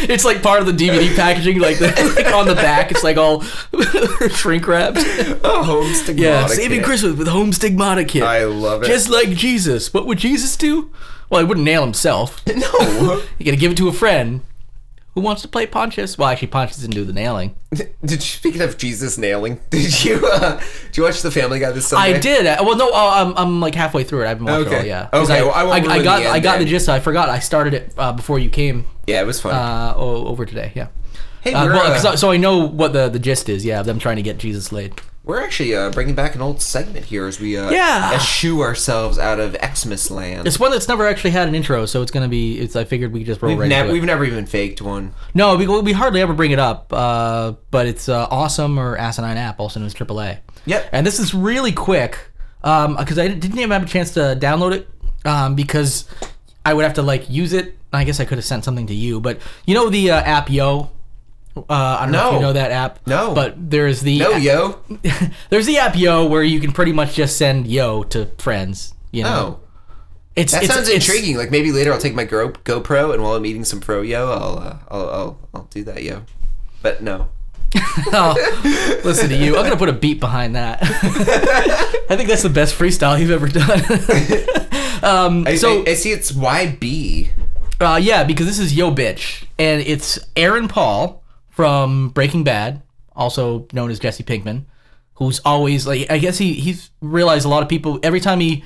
it's like part of the DVD packaging, like, the, like on the back. It's like all *laughs* shrink *laughs* wrapped. A home stigmata Yeah, saving kid. Christmas with home stigmata kit. I love it. Just like Jesus. What would Jesus do? Well, he wouldn't nail himself. *laughs* You *laughs* no. gotta give it to a friend who wants to play Pontius. Well, actually, Pontius didn't do the nailing. Did you, speaking of Jesus nailing, *laughs* did you uh, did you watch The Family Guy this Sunday? I did. uh, Well, no, uh, I'm, I'm like halfway through it. I've been watching it all. Okay. Yeah. 'Cause Okay, well, I won't ruin I got the I end got then. the gist. I forgot. I started it uh, before you came Yeah, it was funny. uh, o- over today. Yeah. hey, Uh, we're, well, uh, 'cause I- so I know what the, the gist is. Yeah, of them trying to get Jesus laid. We're actually uh, bringing back an old segment here as we uh, Yeah. eschew ourselves out of Xmas land. It's one that's never actually had an intro, so it's gonna be. It's I figured we could just roll we've, right nev- into we've it. never even faked one. No, we, we hardly ever bring it up, uh, but it's uh, awesome or asinine app, also known as AAA. Yep. And this is really quick because I didn't even have a chance to download it um, because I would have to like use it. I guess I could have sent something to you, but you know the uh, app Yo. Uh, I don't know No. if you know that app. No. But there's the No, yo. *laughs* there's the app Yo where you can pretty much just send Yo to friends. You know, Oh, it's that it's, sounds it's- intriguing. Like maybe later I'll take my Gro- GoPro and while I'm eating some fro yo, I'll, uh, I'll I'll I'll do that yo. But no. *laughs* Oh, listen to you. I'm gonna put a beat behind that. *laughs* I think that's the best freestyle you've ever done. *laughs* um, I, so I, I see it's YB. uh, yeah, because this is Yo Bitch, and it's Aaron Paul from Breaking Bad, also known as Jesse Pinkman, who's always like I guess he he's realized a lot of people every time he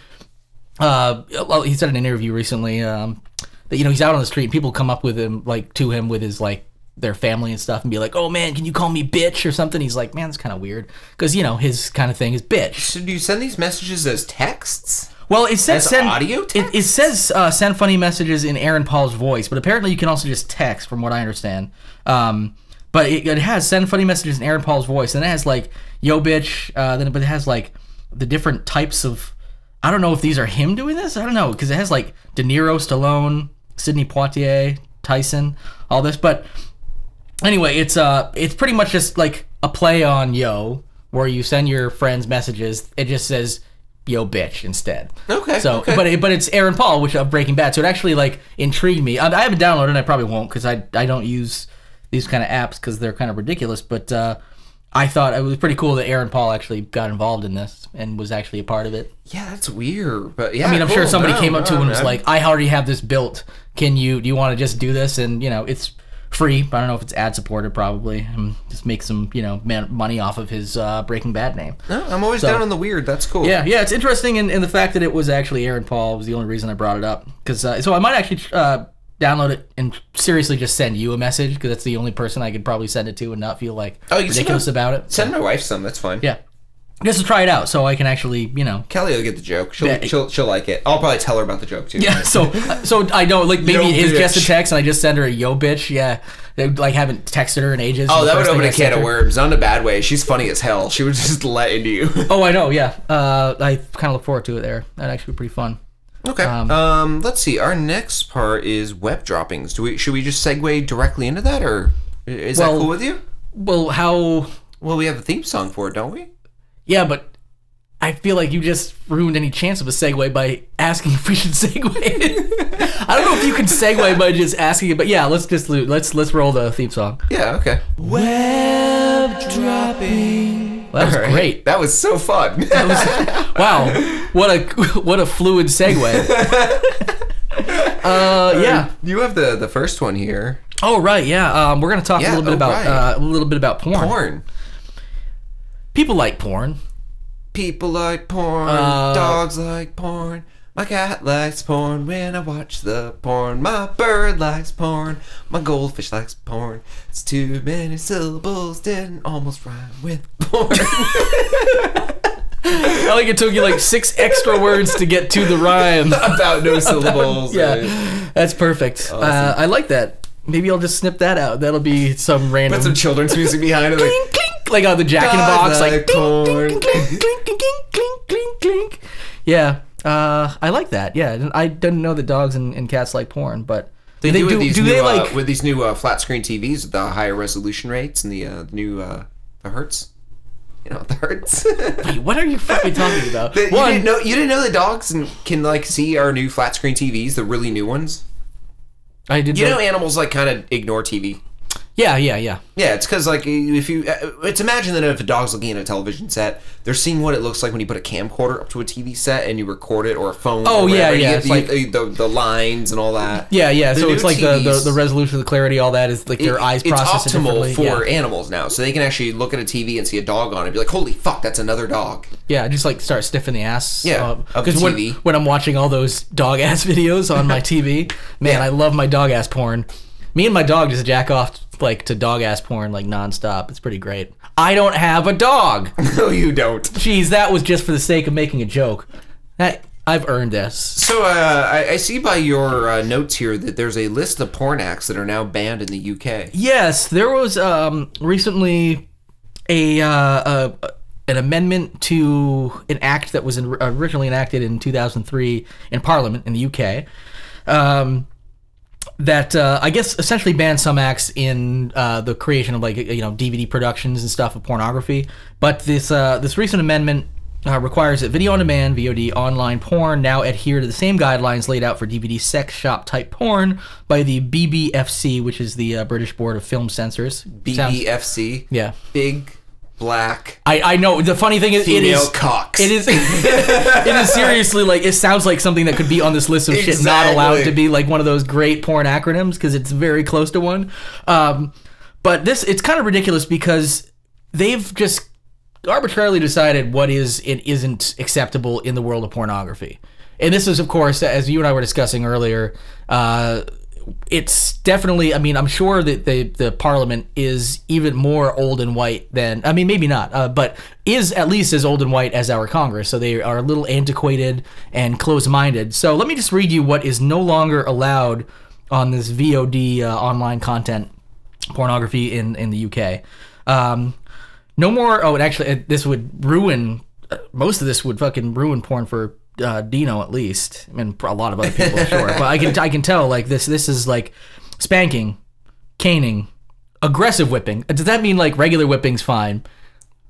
uh well, he said in an interview recently um that you know he's out on the street and people come up with him like to him with his like their family and stuff and be like, "Oh man, can you call me bitch or something?" He's like, "Man, that's kind of weird," because you know his kind of thing is bitch. So do you send these messages as texts? Well, it says As send audio It, it text? says uh, send funny messages in Aaron Paul's voice, but apparently you can also just text, from what I understand. Um, but it, it has send funny messages in Aaron Paul's voice, and it has like yo bitch. Uh, then, but it has like the different types of. I don't know if these are him doing this. I don't know because it has like De Niro, Stallone, Sidney Poitier, Tyson, all this. But anyway, it's uh, it's pretty much just like a play on yo, where you send your friends messages. It just says yo bitch instead. Okay, So, okay. but it, but it's Aaron Paul, which of Breaking Bad. So it actually like intrigued me. I, I haven't downloaded, it. I probably won't because I I don't use these kind of apps because they're kind of ridiculous. But uh, I thought it was pretty cool that Aaron Paul actually got involved in this and was actually a part of it. Yeah, that's weird. But yeah, I mean, I'm sure somebody came up to him and was like, "I already have this built. Can you? Do you want to just do this?" And you know, it's free. I don't know if it's ad supported, probably. Um, just make some you know man, money off of his uh, Breaking Bad name. No, I'm always down on the weird. That's cool. Yeah, yeah, it's interesting, and, and the fact that it was actually Aaron Paul was the only reason I brought it up. Because uh, so I might actually uh, download it and seriously just send you a message because that's the only person I could probably send it to and not feel like Oh, you can send ridiculous it- about it. Send my wife some. That's fine. yeah, just to try it out, so I can actually you know. Kelly will get the joke. She'll, Yeah. she'll she'll like it. I'll probably tell her about the joke too. *laughs* Yeah, so so I know like maybe Yo, it is just a bitch. text, and I just send her a yo bitch. Yeah, They, like haven't texted her in ages. *laughs* Oh, The that would first open a thing I sent can of her- worms. Not in a bad way. She's funny as hell. She would *laughs* just let into you. Oh, I know. Yeah, uh, I kind of look forward to it. There, that'd actually be pretty fun. okay. Um, let's see. Our next part is web droppings. Do we should we just segue directly into that, or i- is Well- that cool with you? Well, how Well, we have a theme song for it, don't we? Yeah, but I feel like you just ruined any chance of a segue by asking *laughs* if we should segue. I don't know if you can segue by just asking it, but yeah, let's just lo- let's let's roll the theme song. Yeah. Okay. Web dropping. Well, that was great. That was so fun. *laughs* That was, wow, what a *laughs* what a fluid *laughs* segue. uh, yeah. you have the the first one here. Oh right, yeah. Um, we're gonna talk Yeah, a little bit oh, about right. uh, a little bit about porn. Porn. People like porn. People like porn. dogs like porn. My cat likes porn when I watch the porn. My bird likes porn. My goldfish likes porn. It's too many syllables, didn't almost rhyme with porn. I like it took you *laughs* like six extra words to get to the *laughs* rhyme. *laughs* About no syllables. eh. Yeah, that's perfect. Uh, I like that. Maybe I'll just snip that out. That'll be some random Put some children's music behind it. Like, *laughs* clink, clink, like on the Jack in the God, Box, like like ding, ding, corn. clink, clink, clink, clink, clink, clink, clink. Yeah, uh, I like that. Yeah, I didn't- I didn't know that dogs and, and cats like porn, but do they with do. these Do new, they uh, like? with these new uh, flat screen TVs with the higher resolution rates and the uh, new uh, the hertz? You know the *laughs* hertz. What are you fucking talking *laughs* about? But you One, didn't know you didn't know the dogs and can like see our new flat screen TVs, the really new ones. I did. You not- know, animals like kind of ignore TV. yeah, yeah, yeah. Yeah, it's because like if you, uh, it's imagine that if a dog's looking at a television set, they're seeing what it looks like when you put a camcorder up to a TV set and you record it or a phone. Oh, or yeah, whatever. You yeah, get it's like- the, the, the lines and all that. Yeah, yeah. The so new it's like the, the TVs the resolution, the clarity, all that is like their it- eyes it's process it optimal differently. for yeah. animals now, so they can actually look at a TV and see a dog on it, and be like, "Holy fuck, that's another dog." *laughs* Yeah, just like start sniffing the ass. Yeah, uh, of 'cause when, TV. when I'm watching all those dog ass *laughs* videos on *laughs* my TV, man, I love my dog ass porn. Me and my dog just jack off like to dog ass porn like nonstop. It's pretty great. I don't have *laughs* a dog. no, you don't. Jeez, that was just for the sake of making a joke. That I've earned this. So uh, I, I see by your uh, notes here that there's a list of porn acts that are now banned in the UK. Yes, there was um, recently a, uh, a an amendment to an act that was in, originally enacted in 2003 in Parliament in the UK. Um, that uh, I guess essentially banned some acts in uh, the creation of like you know DVD productions and stuff of pornography. But this uh, this recent amendment uh, requires that video on demand (VOD) online porn now adhere to the same guidelines laid out for DVD sex shop type porn by the BBFC, which is the uh, British Board of Film Censors. Sounds- BBFC. yeah. Big black I, I know the funny thing is it female is cocks. it is. *laughs* it is seriously like it sounds like something that could be on this list of shit not allowed to Exactly. be like one of those great porn acronyms because it's very close to one. Um, but this it's kind of ridiculous because they've just arbitrarily decided what is and isn't acceptable in the world of pornography. And this is, of course, as you and I were discussing earlier, uh, it's definitely. I mean, I'm sure that the the Parliament is even more old and white than. I mean, maybe not, uh, but is at least as old and white as our Congress. So they are a little antiquated and close-minded. So let me just read you what is no longer allowed on this VOD uh, online content pornography in in the UK. Um, no more. Oh, and actually, uh, this would ruin uh, most of this would fucking ruin porn for uh, Dino at least, I mean, for a lot of other people, sure. But I can I can tell like this this is like spanking, caning, aggressive whipping. Uh, Does that mean like regular whipping's fine?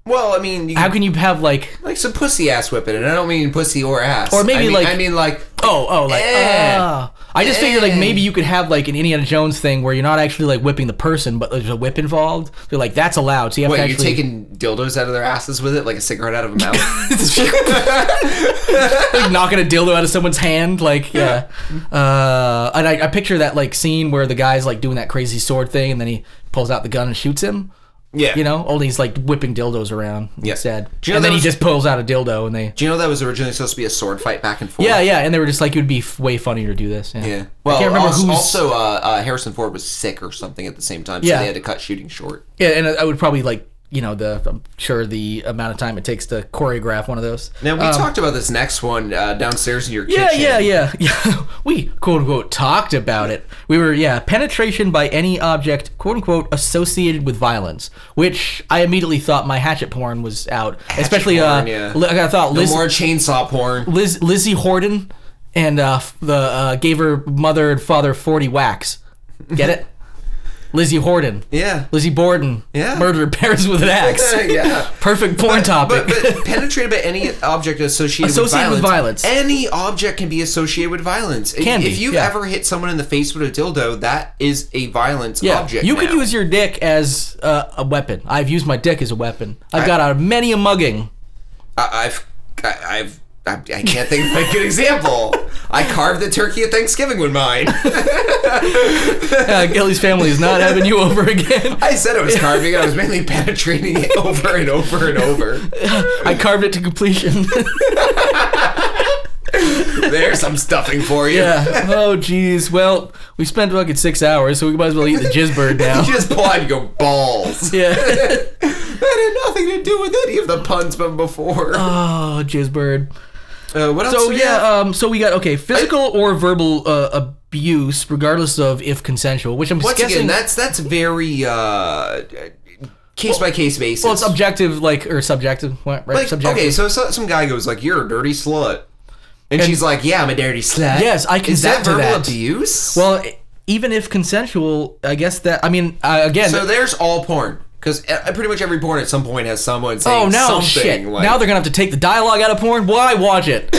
Well, I mean, you How can you have like like some pussy ass whipping, and I don't mean pussy or ass. Or maybe I mean, like- I mean *laughs* like Oh, oh, like Eh. ah. I just figured like maybe you could have like an Indiana Jones thing where you're not actually like whipping the person, but there's a whip involved. They're like that's allowed. So you have wait, to you're actually. taking dildos out of their asses with it, like a cigarette out of a mouth. *laughs* like knocking a dildo out of someone's hand, like yeah. Uh, and I, I picture that like scene where the guy's like doing that crazy sword thing, and then he pulls out the gun and shoots him. yeah, You know, only he's like whipping dildos around Yeah. instead, Do you know and that then was- he just pulls out a dildo, and they Do you know that was originally supposed to be a sword fight back and forth? yeah, yeah, and they were just like, it would be f- way funnier to do this. Yeah, Yeah. Well, I can't remember also, who's also uh, uh, Harrison Ford was sick or something at the same time, so Yeah. they had to cut shooting short. Yeah, and I would probably like you know the I'm sure the amount of time it takes to choreograph one of those. Now we talked about this next one uh, downstairs in your Um, yeah, kitchen. yeah, yeah, *laughs* yeah. We quote unquote talked about it. We were yeah penetration by any object quote unquote associated with violence, which I immediately thought my hatchet porn was out, especially uh porn, yeah. li- I thought No Liz, more chainsaw porn. Liz Lizzie Horton and uh, f- the uh, gave her mother and father forty whacks. Get *laughs* it, Lizzie Horton. Yeah. Lizzie Borden Yeah. murdered parents with an axe. *laughs* Yeah. *laughs* Perfect porn topic. But, but penetrated by any object associated, Associated with with, violence. violence. Any object can be associated with violence. If- Can if, be, you've yeah. ever hit someone in the face with a dildo, that is a violence yeah, object. you could now. use your dick as uh, a weapon. I've used my dick as a weapon. I've I- got out of many a mugging. I, I've. I, I've. I, I can't think of a good example. I carved the turkey at Thanksgiving with mine. *laughs* Uh, Gilly's family is not having you over again. I said I was carving. I was mainly penetrating it over and over and *laughs* over. *laughs* I carved it to *laughs* completion. There's some stuffing for you. yeah. Oh, jeez. Well, we spent fucking six hours, so we might as well eat the jizz bird now. *laughs* You just pull out and go balls. *laughs* yeah. That had nothing to do with any of the puns from before. Oh, jizz bird. Uh, what else? So do we have? yeah, um, so we got okay, physical or verbal uh, abuse, regardless of if consensual, which I'm just Once guessing again, that's that's very uh, case by case basis. Well, it's objective, like or subjective, what, right? like, subjective. okay, so, so some guy goes like, "You're a dirty slut," and, she's like, "Yeah, I'm a dirty slut." Yes, I Is that consent to verbal that. abuse? Well, e- even if consensual, I guess that I mean uh, again. so there's all porn because pretty much every porn at some point has someone saying oh no, something shit! like, now they're gonna have to take the dialogue out of porn. Why watch it?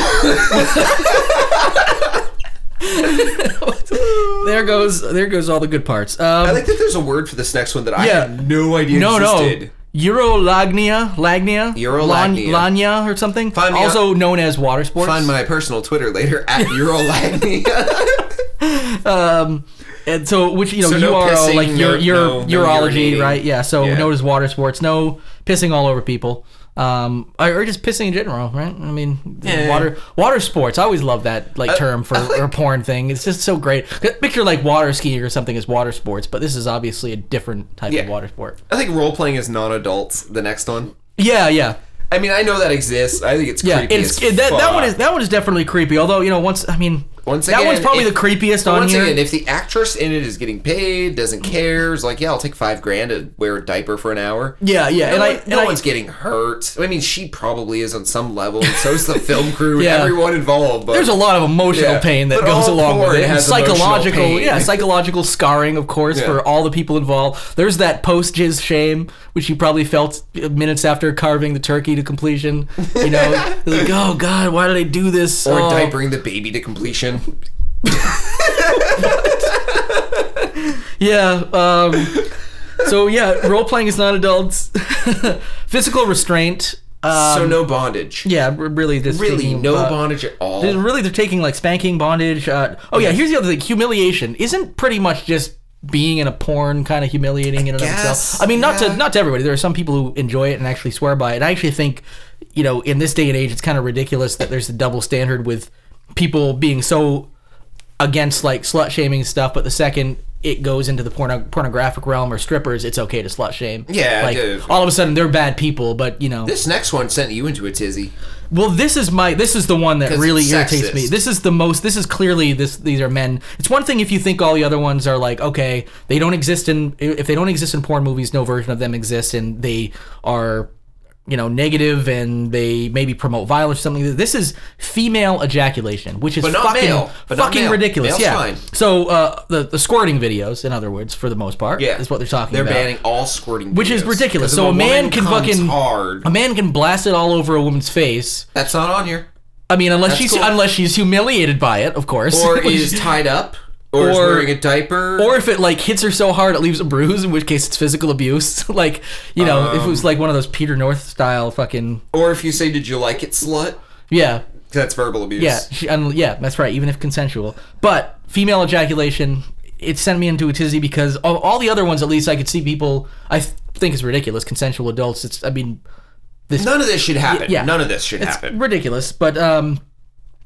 *laughs* there goes there goes all the good parts. Um, I think that there's a word for this next one that I Yeah. had no idea no, existed. no. Eurolagnia, Lagnia, Urolagnia. Lan- Lagnia, or something. Find me also known as water sports. Find my personal Twitter later *laughs* at *laughs* Eurolagnia. Um, and so which you know So you no are pissing, like your no- your no- no urology, urinating. right? Yeah. So Yeah. no notice water sports, no pissing all over people. Um, or or just pissing in general, right? I mean, Yeah. Uh, water water sports. I always love that like term for or porn thing. It's just so great. 'Cause Picture like water skiing or something as water sports, but this is obviously a different type Yeah. of water sport. I think role playing is non adults. The next one. Yeah, yeah, I mean, I know that exists. I think it's yeah. creepy. it's as it, that, that one fuck. is that one is definitely creepy. Although you know, once I mean, Once that one's again, probably if- the creepiest on Once here. again, if the actress in it is getting paid, doesn't care, is like, yeah, I'll take five grand to wear a diaper for an hour. yeah, yeah, No, and I one- and no I- one's getting hurt. I mean, she probably is on some level, and so's the *laughs* film crew, and Yeah. everyone involved. But There's a lot of emotional Yeah. pain that But goes all along with porn it. And has emotional psychological, pain. yeah, psychological scarring, of course, for all the people involved. There's that post jizz shame, which you probably felt minutes after carving the turkey to completion. You know, *laughs* like, oh god, why did I do this? or Oh. diapering the baby to completion. Yeah. Um, so yeah, role playing is not adults. *laughs* Physical restraint. Um, so no bondage. yeah, we're really, just really, thinking no about- bondage at all. They're really, they're taking like spanking, bondage. Uh, oh yeah, here's the other thing: humiliation isn't pretty much just being in a porn kind of humiliating in and of guess, itself. I mean, not yeah. to not to everybody. There are some people who enjoy it and actually swear by it. I actually think, you know, in this day and age, it's kind of ridiculous that there's a double standard with people being so against like slut shaming stuff, but the second it goes into the porno- pornographic realm or strippers, it's okay to slut shame. Yeah, like dude. all of a sudden they're bad people, but you know. This next one sent you into a tizzy. Well, this is my this is the one that 'Cause really it's irritates me. sexist. This is the most. This is clearly this. These are men. It's one thing if you think all the other ones are like okay, they don't exist in if they don't exist in porn movies, no version of them exists, and they are you know negative and they maybe promote violence or something. This is female ejaculation, which is But not fucking male. But not fucking male. ridiculous. Male's yeah. fine. So uh, the the squirting videos, in other words, for the most part, Yeah. is what they're talking They're about. banning all squirting, Which is videos. ridiculous. 'Cause So if a man woman can comes fucking hard. a man can blast it all over a woman's face. That's not on *laughs* here. I mean, unless That's she's cool. unless she's humiliated by it, of course. Or *laughs* Which- is tied up. Or, is Or- wearing a diaper. or if it like hits her so hard it leaves a bruise, in which case it's physical abuse. *laughs* like you know, if it Um. was like one of those Peter North style fucking or if you say, "Did you like it, slut?" yeah 'Cause That's verbal abuse. yeah she, un, yeah that's right. Even if consensual, but female ejaculation it sent me into a tizzy because all, all the other ones at least I could see people I th- think is ridiculous consensual adults. It's I mean None of this should happen. Yeah. None of this should it's happen. ridiculous but um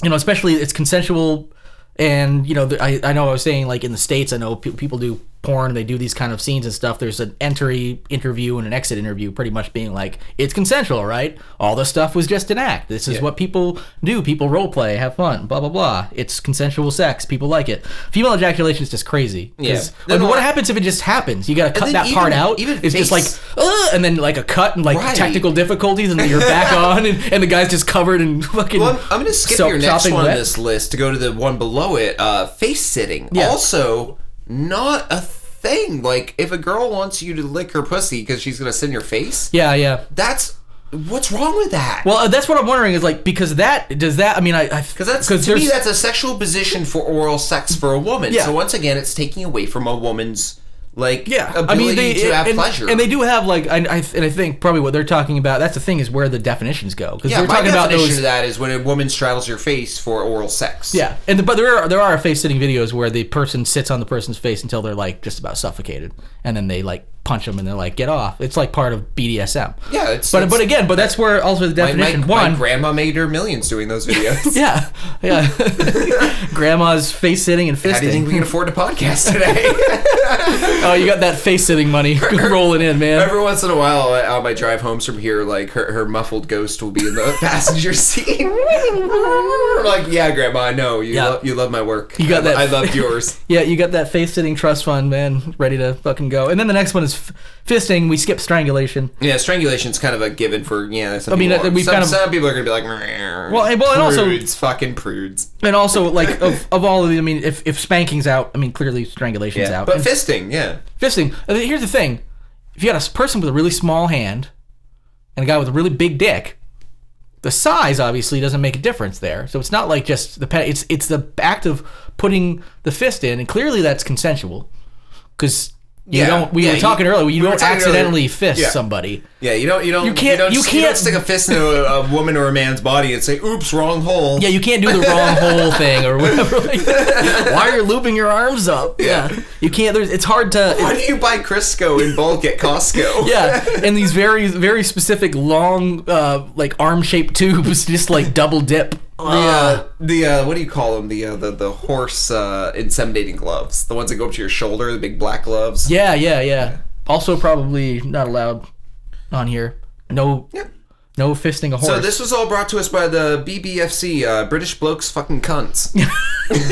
you know especially it's consensual and you know the, I, I know i was saying like in the states i know pe- people do porn they do these kind of scenes and stuff there's an entry interview and an exit interview pretty much being like it's consensual right all the stuff was just an act this is what people do people role play have fun blah blah blah it's consensual sex people like it female ejaculation is just crazy 'Cause- Yeah. Then I mean, a what lot- happens if it just happens you gotta cut then that part even- out even it's just like face. Ugh, Uh, and then like a cut and like Right. technical difficulties and then *laughs* you're back on and, and the guy's just covered in fucking Well, I'm, I'm going to skip soap your next chopping one on wet. this list to go to the one below it. Uh, face sitting. Yeah. Also, not a thing. Like, if a girl wants you to lick her pussy because she's going to sit in your face, yeah yeah that's what's wrong with that. well uh, that's what i'm wondering is like because that does that i mean i because because that's to me that's a sexual position for oral sex for a woman. Yeah. So once again, it's taking away from a woman's like yeah ability i mean they to have and, pleasure. and they do have like I, I and i think probably what they're talking about that's the thing is where the definitions go because yeah, they're my talking about definition those of that is when a woman straddles your face for oral sex. yeah and the, but there are there are face sitting videos where the person sits on the person's face until they're like just about suffocated and then they like punch them and they're like get off it's like part of bdsm yeah. It's, but it's- but again but that's where also the my- my, definition my one grandma made her millions doing those *laughs* videos. *laughs* Yeah, yeah. *laughs* Grandma's face sitting and How do you think fisting. we can afford a podcast *laughs* today? oh, you got that face sitting *laughs* money *laughs* rolling in, man. Every once in a while, I- on my drive homes from here, like her, her muffled ghost will be in the *laughs* passenger seat. *laughs* like, yeah, Grandma, I know you. Yeah. Lo- you love my work. You I, got lo- that- I loved *laughs* yours. Yeah, you got that face sitting trust fund, man, ready to fucking go. And then the next one is f- fisting. We skip strangulation. Yeah, strangulation's kind of a given for yeah. Some I mean, people uh, are, we've some, kind of- some people are gonna be like, well, and- well, and also- prudes, fucking prudes. And also, like, of, of all of the, I mean, if, if spanking's out, I mean, clearly strangulation's Yeah, out. but And fisting, yeah, fisting, I mean, here's the thing if you got a s- person with a really small hand and a guy with a really big dick, the size obviously doesn't make a difference there. So it's not like just the pet. It's it's the act of putting the fist in, and clearly that's consensual, because you Yeah. don't. We Yeah, were talking you- earlier. You we were don't talking earlier. accidentally fist Yeah. somebody. yeah. You don't, you don't, you can't- don't, you s- don't can't- stick a fist into a, a woman or a man's body and say, "Oops, wrong hole." Yeah, you can't do the wrong hole thing or whatever. *laughs* Like, why are you looping your arms up? Yeah, you can't. There's. It's hard to. *laughs* Why do you buy Crisco in bulk at Costco? *laughs* yeah, and these very very specific long uh, like arm shaped tubes *laughs* just like double dip. *laughs* The, uh, the uh, what do you call them? The uh, the the horse uh, inseminating gloves, the ones that go up to your shoulder, the big black gloves. Yeah, yeah, yeah. Also, probably not allowed on here. No, no fisting a horse. So this was all brought to us by the BBFC, uh, British blokes fucking cunts. *laughs*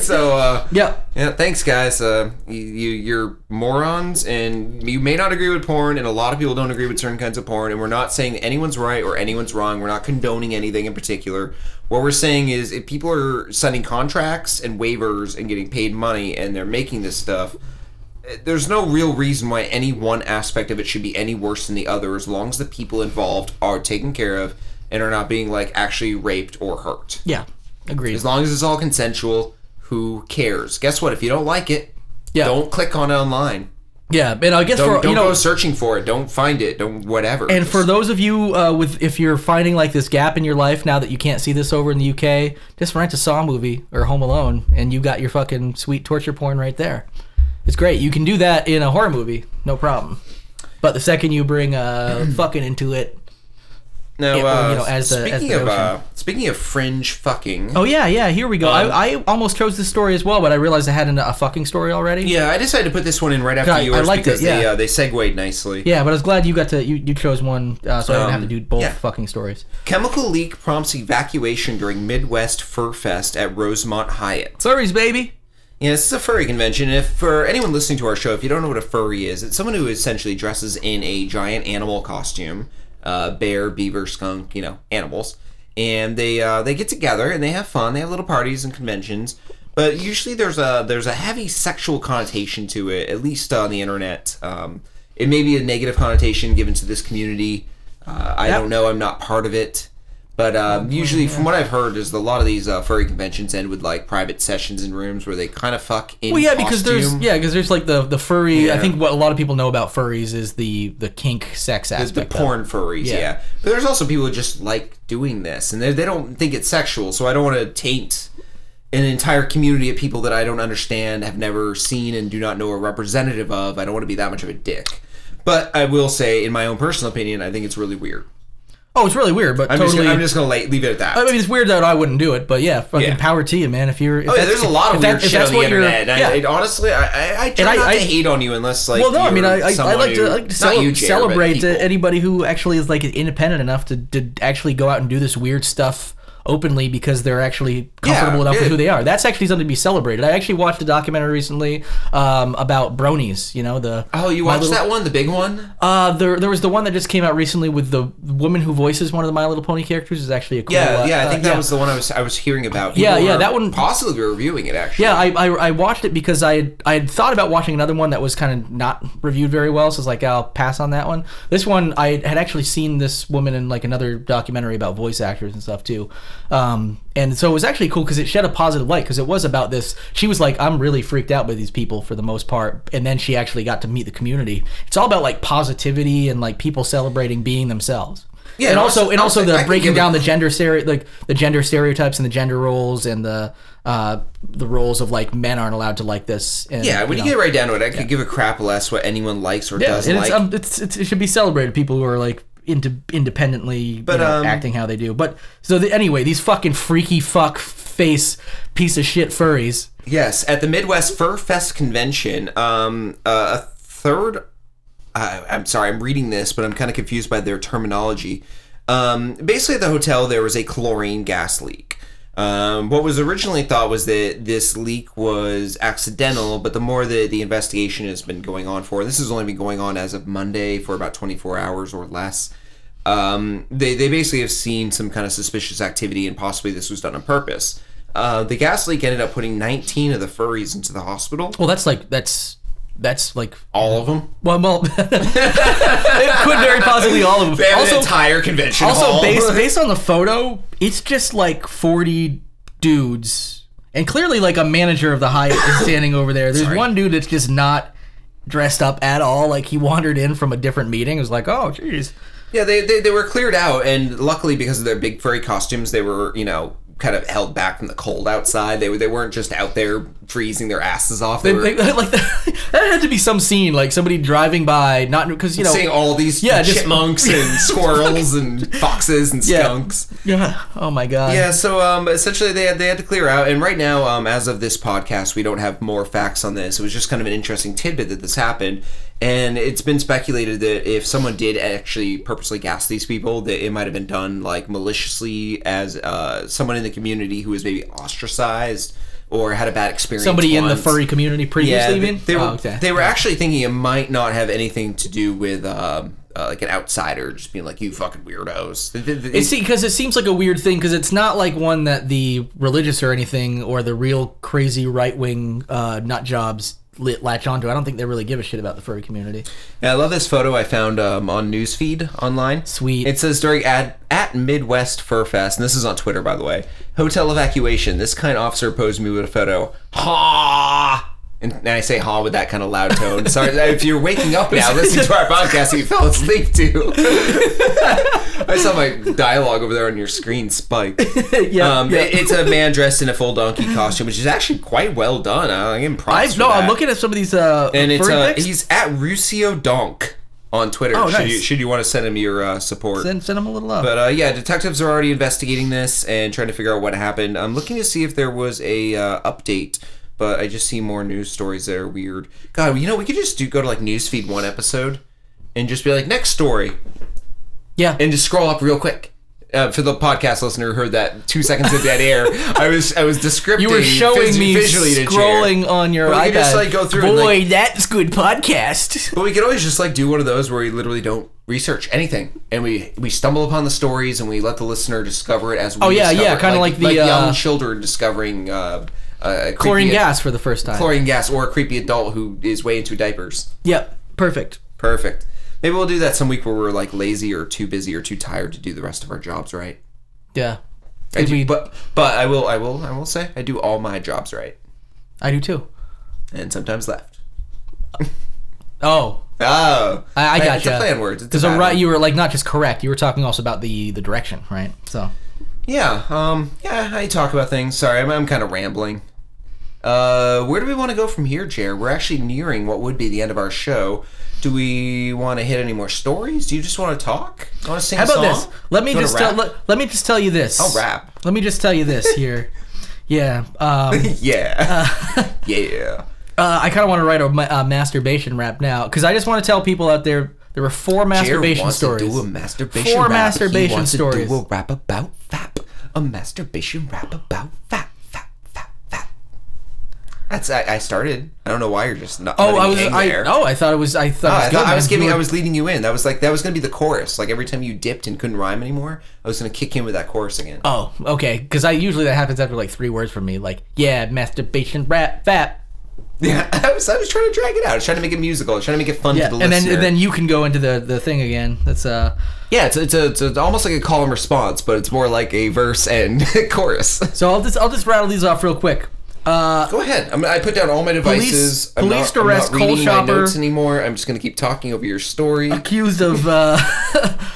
so uh, yeah, yeah, thanks guys. Uh, you, you you're morons, and you may not agree with porn, and a lot of people don't agree with certain kinds of porn. And we're not saying anyone's right or anyone's wrong. We're not condoning anything in particular. What we're saying is, if people are signing contracts and waivers and getting paid money, and they're making this stuff, eh, there's no real reason why any one aspect of it should be any worse than the other as long as the people involved are taken care of and are not being like actually raped or hurt. yeah, agreed. As long as it's all consensual, who cares? Guess what? If you don't like it, Yeah. don't click on it online. Yeah, and I guess Don't, for don't you know, go searching for it. Don't find it. Don't whatever. and for those of you uh, with if you're finding like this gap in your life now that you can't see this over in the UK, just rent a Saw movie or Home Alone, and you got your fucking sweet torture porn right there. It's great. You can do that in *clears throat* a horror movie, no problem. But the second you bring uh, fucking into it, No, Yeah, well, uh, you know, as the- as speaking the of uh, speaking of fringe fucking. Oh yeah, yeah. Here we go. Um, I, I almost chose this story as well, but I realized I had an, a fucking story already. Yeah, I decided to put this one in right after Yeah, I- I yours liked it, because they yeah. uh, they segued nicely. Yeah, but I was glad you got to you, you chose one, uh, so I didn't have to Um, do both yeah. fucking stories. Chemical leak prompts evacuation during Midwest Fur Fest at Rosemont Hyatt. Furries, baby. Yeah, this is a furry convention. If for anyone listening to our show, if you don't know what a furry is, it's someone who essentially dresses in a giant animal costume, uh, bear, beaver, skunk, you know, animals, and they uh, they get together and they have fun. They have little parties and conventions, but usually there's a there's a heavy sexual connotation to it, at least on the internet. Um, it may be a negative connotation given to this community. Uh, I don't know. I'm not part of it. But Oh, um, usually, from what I've heard, is a lot of these uh, furry conventions end with like private sessions in rooms where they kind of fuck in. Well, yeah, because there's costume. yeah, because there's like the the furry. I Yeah. think what a lot of people know about furries is the the kink sex aspect. the of it. porn furries, yeah. Yeah. But there's also people who just like doing this, and they they don't think it's sexual. So I don't want to taint an entire community of people that I don't understand, have never seen, and do not know a representative of. I don't want to be that much of a dick. But I will say, in my own personal opinion, I think it's really weird. Oh, it's really weird, but I'm totally. just gonna, I'm just gonna lay, leave it at that. I mean, it's weird that I wouldn't do it, but yeah, fucking Yeah. power to you, man. If you're, if Oh, yeah, that's- there's a lot of if that- weird if shit that's on the what you're- internet. I, yeah. I, honestly, I, I, I try And I- not I- to hate on you unless like. well, no, I you're mean, I, I, I someone like who- to I like to not cele- you, Jared, but celebrate people. to anybody who actually is like independent enough to, to actually go out and do this weird stuff openly because they're actually comfortable enough yeah. with who they are. That's actually something to be celebrated. I actually watched a documentary recently um, about bronies. You know the Oh, you My watched Little- that one, the big one? Uh, there, there was the one that just came out recently with the woman who voices one of the My Little Pony characters is actually a cool. Yeah, uh, Oh, yeah. I uh, think that was the one I was I was hearing about. Yeah, People yeah, were that one- possibly reviewing it actually. Yeah, I, I, I watched it because I had, I had thought about watching another one that was kind of not reviewed very well, so I was like, I'll pass on that one. This one, I had actually seen this woman in like another documentary about voice actors and stuff too, um, and so it was actually cool because it shed a positive light because it was about this. She was like, I'm really freaked out by these people for the most part, and then she actually got to meet the community. It's all about like positivity and like people celebrating being themselves. Yeah, Yeah, and and also also- and also I the can breaking give down it- the gender stere- like the gender stereotypes and the gender roles and the uh, the roles of like men aren't allowed to like this. And, Yeah, when you, know. get right down to it, I could give a crap less what anyone likes or yeah, doesn't and it's, like. um, it's, it's, it should be celebrated. People who are like into independently you know, um, acting how they do. But so the, anyway, these fucking freaky fuck face piece of shit furries. Yes, at the Midwest Fur Fest convention, um, uh, a third. I I'm sorry, I'm reading this, but I'm kind of confused by their terminology. Um, basically, at the hotel, there was a chlorine gas leak. Um, what was originally thought was that this leak was accidental, but the more that the investigation has been going on for, this has only been going on as of Monday for about 24 hours or less. Um, they, they basically have seen some kind of suspicious activity, and possibly this was done on purpose. Uh, the gas leak ended up putting 19 of the furries into the hospital. Well, that's like that's that's like All of them. well, well *laughs* it could very possibly all of them. *laughs* They have also, an entire convention Also, hall. *laughs* based based on the photo, it's just like forty dudes, and clearly, like a manager of the Hyatt *coughs* is standing over there. There's one dude that's just not dressed up at all. Like he wandered in from a different meeting. It was like, oh, jeez. yeah, they, they they were cleared out, and luckily because of their big furry costumes, they were you know kind of held back from the cold outside. They were- they weren't just out there freezing their asses off. They, were Like, *laughs* like that, had to be some scene, like somebody driving by, not because you know. seeing all these Yeah, just- chipmunks *laughs* and squirrels and foxes and skunks. yeah. Oh my god. Yeah, so um, essentially they had, they had to clear out, and right now, um, as of this podcast, we don't have more facts on this. It was just kind of an interesting tidbit that this happened, and it's been speculated that if someone did actually purposely gas these people, that it might have been done like maliciously as uh, someone in the community who was maybe ostracized or had a bad experience. Somebody in the once. furry community previously, you they, mean? they were Oh, okay. they were actually thinking it might not have anything to do with um, uh, like an outsider just being like you fucking weirdos. Th- th- th- It see because it seems like a weird thing because it's not like one that the religious or anything or the real crazy right wing uh, nut jobs lit, latch onto. I don't think they really give a shit about the furry community. Yeah, I love this photo I found um, on newsfeed online. Sweet. It says during ad, at Midwest Fur Fest, and this is on Twitter by the way. Hotel evacuation. This kind officer posed me with a photo. Ha. And, and I say ha with that kind of loud *laughs* tone. Sorry if you're waking up now listening to our podcast and you fell asleep too. *laughs* I saw my dialogue over there on your screen spike. *laughs* yeah, um, it- it's a man dressed in a full donkey costume, which is actually quite well done. I, I'm impressed. I with no, that. I'm looking at some of these uh, And it's furry uh, pics. he's at Ruscio Donk. on Twitter. Oh, should, nice. you, should you want to send him your uh, support? Send, send them a little love. But uh, yeah, detectives are already investigating this and trying to figure out what happened. I'm looking to see if there was a uh, update, but I just see more news stories that are weird. God, you know, we could just do go to like newsfeed one episode and just be like next story yeah. and just scroll up real quick. Uh, for the podcast listener who heard that two seconds of dead *laughs* air, I was I was descripting. you were showing vis- me visually to Jared. scrolling on your But we iPad. could just, like, go through and, Boy, like- that's good podcast. But we could always just like do one of those where we literally don't research anything, and we we stumble upon the stories, and we let the listener discover it as we. Oh yeah, yeah, kinda like the, young uh, children discovering uh, uh, Chlorine gas for the first time. chlorine gas, or a creepy adult who is way into diapers. yep. Perfect. Perfect. Maybe we'll do that some week where we're like lazy or too busy or too tired to do the rest of our jobs right. Yeah. I do, we- but but I will I will I will say I do all my jobs right, I do too. and sometimes left. Oh, Oh, I, I Hey, got It's a plan word. It's a Because bad right, one. you were like not just correct. You were talking also about the the direction, right? So Yeah, um, yeah, I talk about things. Sorry, I'm, I'm kind of rambling. Uh, where do we want to go from here, Jared? We're actually nearing what would be the end of our show. Do we want to hit any more stories? Do you just want to talk? Want to sing a how about song? this? Let me Do you wanna just tell, rap? let, let me just tell you this. I'll rap. Let me just tell you this here. *laughs* Yeah. Um, *laughs* *laughs* Yeah. yeah. Uh, I kind of want to write a, ma- uh masturbation rap now because I just want to tell people out there there were four Jared masturbation wants stories. to do a masturbation Four rap. masturbation he wants to stories. do a rap about fap. A masturbation rap about fap, fap, fap, fap. That's I, I started. I don't know why you're just not. oh, letting I me was hang I there. Ah, oh I thought it was I thought it was I, good, thought I man. was giving. You I were- was leading you in. That was like that was gonna be the chorus. Like every time you dipped and couldn't rhyme anymore, I was gonna kick in with that chorus again. oh okay because I usually that happens after like three words from me like yeah masturbation rap fap *laughs* Yeah, I was. I was trying to drag it out. I was trying to make it musical. I was trying to make it fun yeah for the and then listener. and then you can go into the the thing again that's uh yeah, it's it's, a, it's, a, it's almost like a call and response, but it's more like a verse and *laughs* chorus. so I'll just I'll just rattle these off real quick. Uh, Go ahead. I'm, I put down all my devices. I'm police not, arrest I'm not Cole reading my Shopper. notes anymore. I'm just gonna keep talking over your story. accused of uh,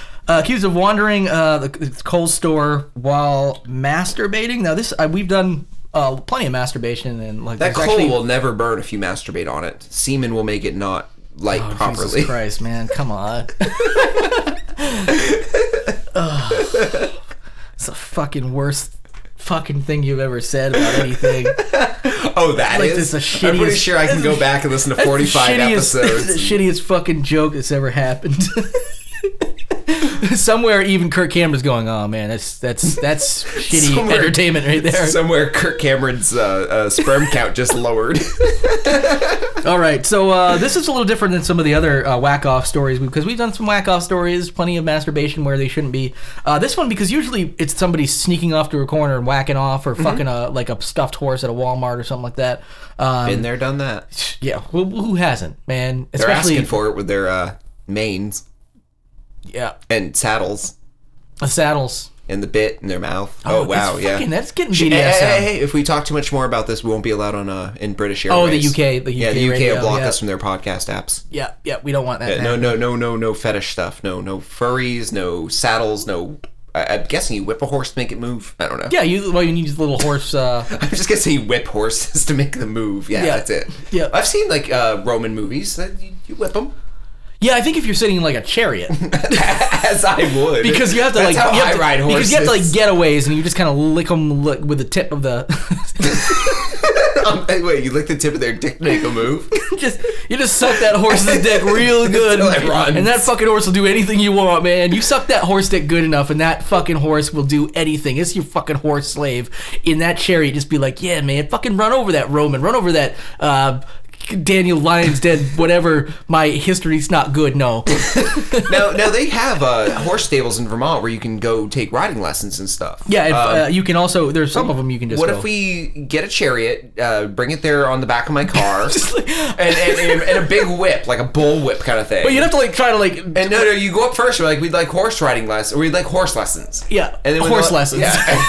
*laughs* accused of wandering uh, the the Kohl's store while masturbating. Now this I, we've done uh, plenty of masturbation and like that there's coal will never burn if you masturbate on it. Semen will make it not light properly. *laughs* Oh, *laughs* Jesus Christ, man, come on. Ugh. it's the fucking worst fucking thing you've ever said about *laughs* anything. Oh, that Like, is- this is the I'm pretty shittiest- sure I can go back and listen to That's the 45 shittiest- *laughs* episodes. the shittiest fucking joke that's ever happened. *laughs* Somewhere, even Kirk Cameron's going, "Oh man, that's that's that's *laughs* shitty Somewhere- entertainment right there." Somewhere, Kirk Cameron's uh, uh, sperm count *laughs* just lowered. All right, so uh, this is a little different than some of the other uh, whack off stories because we've done some whack off stories, plenty of masturbation where they shouldn't be. Uh, this one because usually it's somebody sneaking off to a corner and whacking off Mm-hmm. or fucking a like a stuffed horse at a Walmart or something like that. Um, Been there, done that. yeah, who, who hasn't, man? They're Especially asking for it with their uh, manes yeah, and saddles the saddles. and the bit in their mouth. Oh, it's wow, yeah. fucking- that's getting Hey, BDSM. hey, hey, hey, if we talk too much more about this, we won't be allowed on uh, in British Airways. Oh, the UK, the UK, yeah, the UK radio, will block yeah. us from their podcast apps. Yeah, yeah, we don't want that. No, now. no, no, no, no fetish stuff. No, no furries. No saddles. No. I- I'm guessing you whip a horse to make it move. I don't know. Yeah, you well, you need this little *laughs* horse. Uh, I'm just gonna say you whip horses *laughs* to make them move. Yeah, Yeah. that's it. Yeah. I've seen like uh, Roman movies that you, you whip *laughs* them yeah, I think if you're sitting in like *laughs* a chariot, as I would because you have to That's like how you have I to, ride horses. because you have to like getaways and you just kind of lick them lick, with the tip of the *laughs* *laughs* um, hey, wait, you lick the tip of their dick, to make a *laughs* move. just you just suck that horse's *laughs* dick real good Until it runs. and that fucking horse will do anything you want man you suck that horse dick good enough and that fucking horse will do anything it's your fucking horse slave in that chariot just be like yeah man fucking run over that roman run over that uh Daniel Lyons dead whatever my history's not good no no, no, they have uh, horse stables in Vermont where you can go take riding lessons and stuff. yeah if, Um, uh, you can also there's some of them you can just what go. if we get a chariot, uh, bring it there on the back *laughs* of my car, and, and, and, and a big whip, like a bull whip kind of thing? but you'd have to like try to like And no, no, you go up first. We're like, we'd like horse riding lessons, or we'd like horse lessons. Yeah, and then when horse *laughs* the- lessons. Yeah.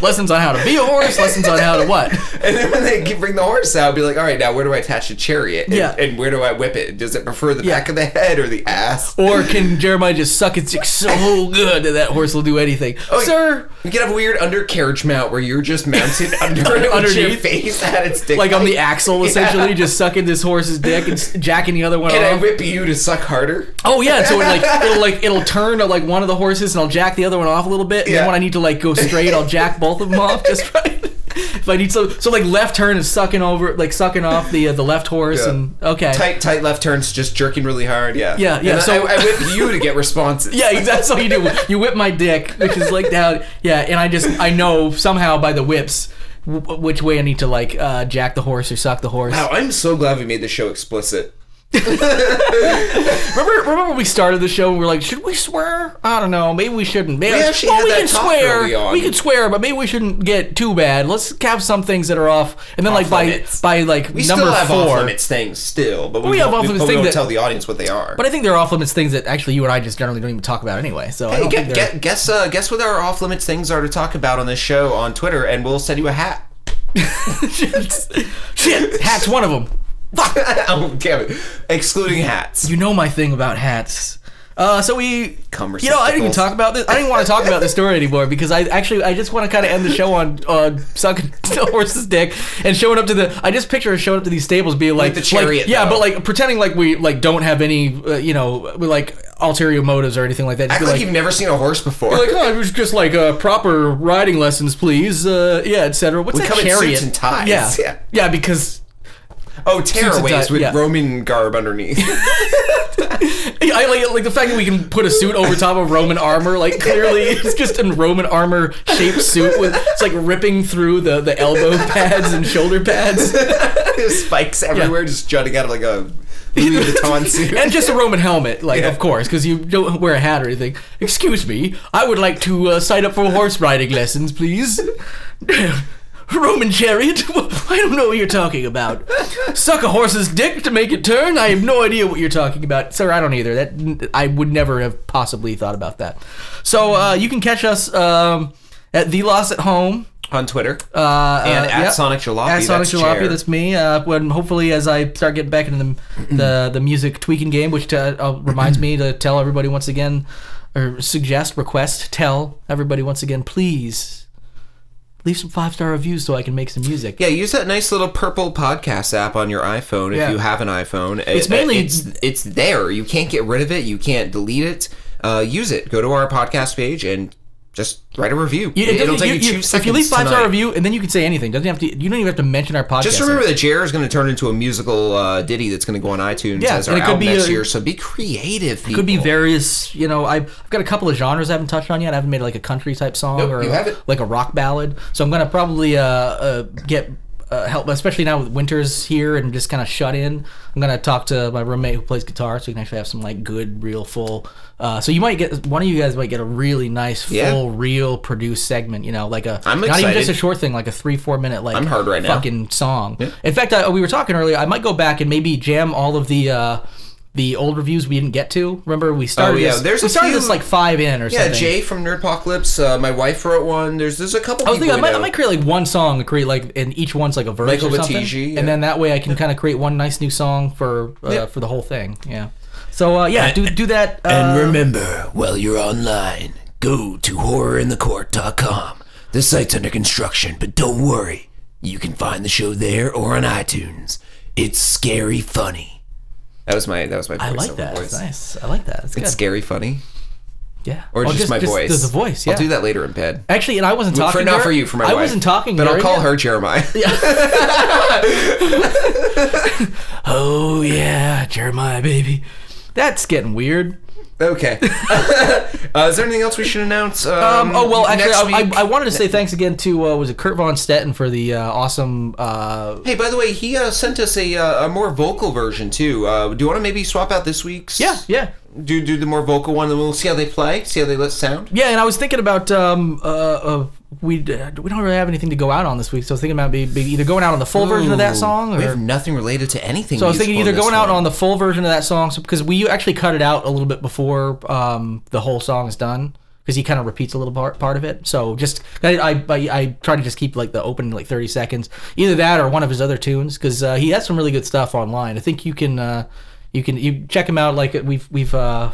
*laughs* lessons on how to be a horse, lessons on how to *laughs* what. And then when they bring the horse out, be like, all right, now where do I attach a chariot? And, Yeah. And where do I whip it? Does it prefer the back of the head or the ass? Or can Jeremiah just suck its dick so good that that horse will do anything? Oh, yeah. Sir, You can have a weird undercarriage mount where you're just *laughs* mounted under it with your Underneath. face at its dick. like on *laughs* the height. axle, essentially, just sucking this horse's dick and s- jacking the other one Can I off. whip you to suck harder? Oh yeah, so *laughs* it like it'll like it'll turn to like one of the horses and I'll jack the other one off a little bit, and Yeah. then when I need to like go straight, I'll jack both of them *laughs* off just right. *laughs* If I need so so like left turn is sucking over like sucking off the uh, the left horse Yeah. and okay Tight, tight left turns, just jerking really hard. Yeah. Yeah, yeah, And so- I, I whip you to get responses. *laughs* yeah exactly that's all you do you whip my dick which is like down yeah and I just I know somehow by the whips w- which way I need to like uh, jack the horse or suck the horse. Wow, I'm so glad we made the show explicit. Remember, remember when we started the show and we were like, should we swear? I don't know. Maybe we shouldn't. Maybe, actually had that talk early on. We can swear, but maybe we shouldn't get too bad. Let's have some things that are off. And then, like by limits. by like We number still have four, off limits things still, but we, We have won't- off-limits but we thing don't that- tell the audience what they are. but I think they're off limits things that actually you and I just generally don't even talk about anyway. So I Hey, don't get, think they're. get, guess uh, guess what our off limits things are to talk about on this show on Twitter, and we'll send you a hat. *laughs* *laughs* shit, shit, hats one of them. oh damn it! Excluding hats. You know my thing about hats. Uh, so we, Cum you know, I didn't even receptacles. talk about this. I didn't want to talk about this story anymore because I actually I just want to kind of end the show on uh, sucking *laughs* the horse's dick and showing up to the. I just picture us showing up to these stables being like the chariot, like, yeah, though. but like pretending like we like don't have any, uh, you know, we, like ulterior motives or anything like that. Just Act be like, like, you've never seen a horse before. like, oh, it was just like uh, proper riding lessons, please. Uh, yeah, etc. What's We that come in suits chariot? and ties. Yeah, Yeah. yeah, because oh, Suits tearaways with and tie- yeah. Roman garb underneath. *laughs* Yeah, I like, like the fact that we can put a suit over top of Roman armor. Like clearly, it's just a Roman armor shaped suit with it's like ripping through the, the elbow *laughs* pads and shoulder pads, There's spikes everywhere, just jutting out of like *laughs* a Louis Vuitton suit. and just a Roman helmet. Like Yeah. of course, because you don't wear a hat or anything. Excuse me, I would like to uh, sign up for horse riding lessons, please. *laughs* Roman chariot? *laughs* I don't know what you're talking about. Suck a horse's dick to make it turn? I have no idea what you're talking about, sir. I don't either. That I would never have possibly thought about that. So uh, you can catch us um, at the Lost at Home. on Twitter. Uh, And uh, at Sonic Jalopy, at Sonic that's Jalopy, Jer. that's me. Uh, when hopefully, as I start getting back into the the, the music tweaking game, which uh uh, reminds me to tell everybody once again, or suggest, request, tell everybody once again, please leave some five star reviews so I can make some music. yeah, use that nice little purple podcast app on your iPhone if Yeah. you have an iPhone. It- It's mainly- it's it's there. You can't get rid of it. You can't delete it. Uh, use it. Go to our podcast page and just write a review. You- It'll you- take you two you- seconds. If you leave five tonight. star review, and then you can say anything. Doesn't have to. You don't even have to mention our podcast. Just remember that Jer is going to turn into a musical uh, ditty that's going to go on iTunes Yeah, as our and it could album be next a- year. So be creative. People. could be various. You know, I've, I've got a couple of genres I haven't touched on yet. I haven't made like a country type song Nope, or you haven't. like a rock ballad. So I'm gonna probably uh, uh, get uh, help, especially now with winter's here and just kind of shut in. I'm gonna talk to my roommate who plays guitar, so we can actually have some like good, real full. Uh, so you might get one of you guys might get a really nice, full, Yeah. real produced segment. You know, like a I'm not even just excited. a short thing, like a three, four minute like I'm hard right now. fucking song. In fact, I, we were talking earlier. I might go back and maybe jam all of the. Uh, the old reviews we didn't get to. Remember we started. Oh, yeah, this, there's we a started few- this like five in or Yeah, something. Jay from Nerdpocalypse. Uh, my wife wrote one. There's there's a couple. I was people thinking I we might, I know. might create like one song, create like, and each one's like a verse Michael or something, Battisti, yeah. and then that way I can kind of create one nice new song for uh, for the whole thing. Yeah. So uh, yeah, do do that. Uh, And remember, while you're online, go to horrorinthecourt.com. The site's under construction, but don't worry. You can find the show there or on iTunes. It's scary funny. That was my that was my. I like voiceover that. Voice. It's nice. I like that. It's good. It's scary funny, yeah. or just, my voice. The, the voice. Yeah. I'll do that later in bed. Actually, and I wasn't talking. For to not her. for you, for my I wife. wasn't talking. But to I'll call yet. her *laughs* Jeremiah. Oh yeah, Jeremiah baby. That's getting weird. okay. *laughs* uh, is there anything else we should announce? Um, Um, oh well, actually, next I, week? I, I wanted to say thanks again to uh, was it Kurt von Stetten for the uh, awesome. Uh, hey, by the way, he uh, sent us a uh, a more vocal version too. Uh, do you want to maybe swap out this week's? yeah, yeah, Do do the more vocal one, and we'll see how they play, see how they let sound. yeah. And I was thinking about um, uh, uh, we uh, we don't really have anything to go out on this week, so I was thinking about maybe, maybe either going out on the full version of that song, we have or nothing related to anything. so I was thinking either going out on. on the full version of that song, so, because we actually cut it out a little bit before um, the whole song is done. because he kind of repeats a little part, part of it. So just I, I I I try to just keep like the open like thirty seconds, either that or one of his other tunes because uh, he has some really good stuff online. I think you can uh, you can you check him out. Like we've we've uh,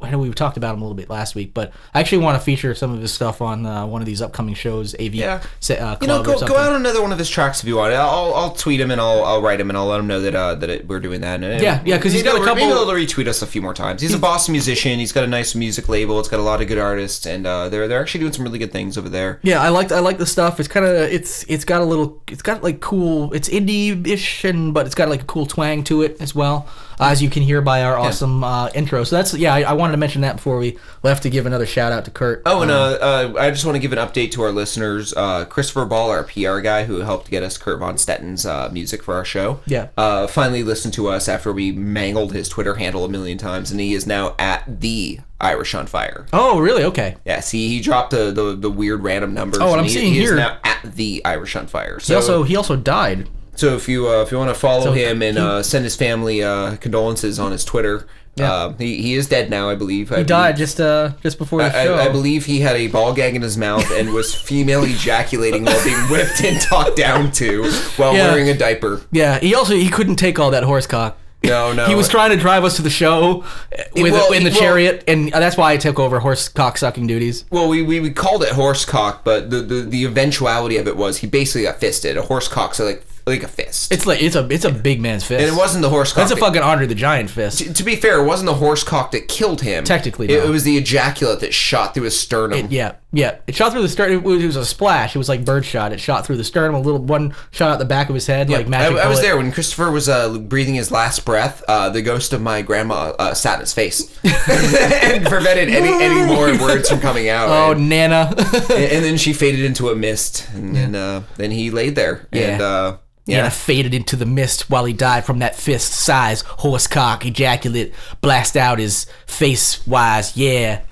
I know we talked about him a little bit last week, but I actually want to feature some of his stuff on uh, one of these upcoming shows. AV Yeah. se- uh, club You know, or go, something. go out on another one of his tracks if you want. I'll, I'll tweet him and I'll, I'll write him and I'll let him know that uh, that it, we're doing that. And Yeah, yeah, 'cause he's Maybe got a he'll- Maybe couple- he'll retweet us a few more times. He's a Boston musician. He's got a nice music label. It's got a lot of good artists, and uh, they're they're actually doing some really good things over there. Yeah, I like I like the stuff. It's kind of it's it's got a little it's got like cool it's indie ish and but it's got like a cool twang to it as well, uh, as you can hear by our awesome uh, intro. So that's yeah, I, I wanted to mention that before we left to give another shout out to Kurt. Oh, and uh, uh, I just want to give an update to our listeners. Uh, Christopher Ball, our PR guy who helped get us Kurt Von Stetten's uh, music for our show, Yeah. uh, finally listened to us after we mangled his Twitter handle a million times, and he is now at the Irish on Fire. oh really? Okay. Yes, he, he dropped the, the, the weird random numbers. Oh, and I'm he, seeing he is here- now at the Irish on Fire. So He also he also died. so if you uh, if you want to follow So him and he- uh, send his family uh, condolences on his Twitter, Yeah. uh, he, he is dead now, I believe. He died just uh just before the show. Mm. I, I believe he had a ball gag in his mouth and *laughs* was female ejaculating while being whipped and talked down to while Yeah. wearing a diaper. Yeah, he also he couldn't take all that horse cock. No, no. He was trying to drive us to the show uh, with well, in it- the well- chariot, and uh, that's why I took over horse cock sucking duties. Well, we, we, we called it horsecock, but the, the, the eventuality of it was he basically got fisted. A horsecock's like like a fist. It's like it's a it's a big man's fist. and it wasn't the horsecock. That's a that- fucking Andre the Giant fist. to be fair, it wasn't the horsecock that killed him. Technically, it, no. it was the ejaculate that shot through his sternum. Yeah, yeah. It shot through the stern. It was, it was a splash. It was like bird shot. It shot through the sternum. A little one shot out the back of his head, like I, magic. I was bullet. there when Christopher was uh, breathing his last breath. Uh, the ghost of my grandma uh, sat in his face *laughs* and prevented any, any more words from coming out. *laughs* Oh, and, Nana. and then she faded into a mist, and then uh, then he laid there. And Yeah. uh, yeah, Nana faded into the mist while he died from that fist size horse cock ejaculate blast out his face wise. Yeah.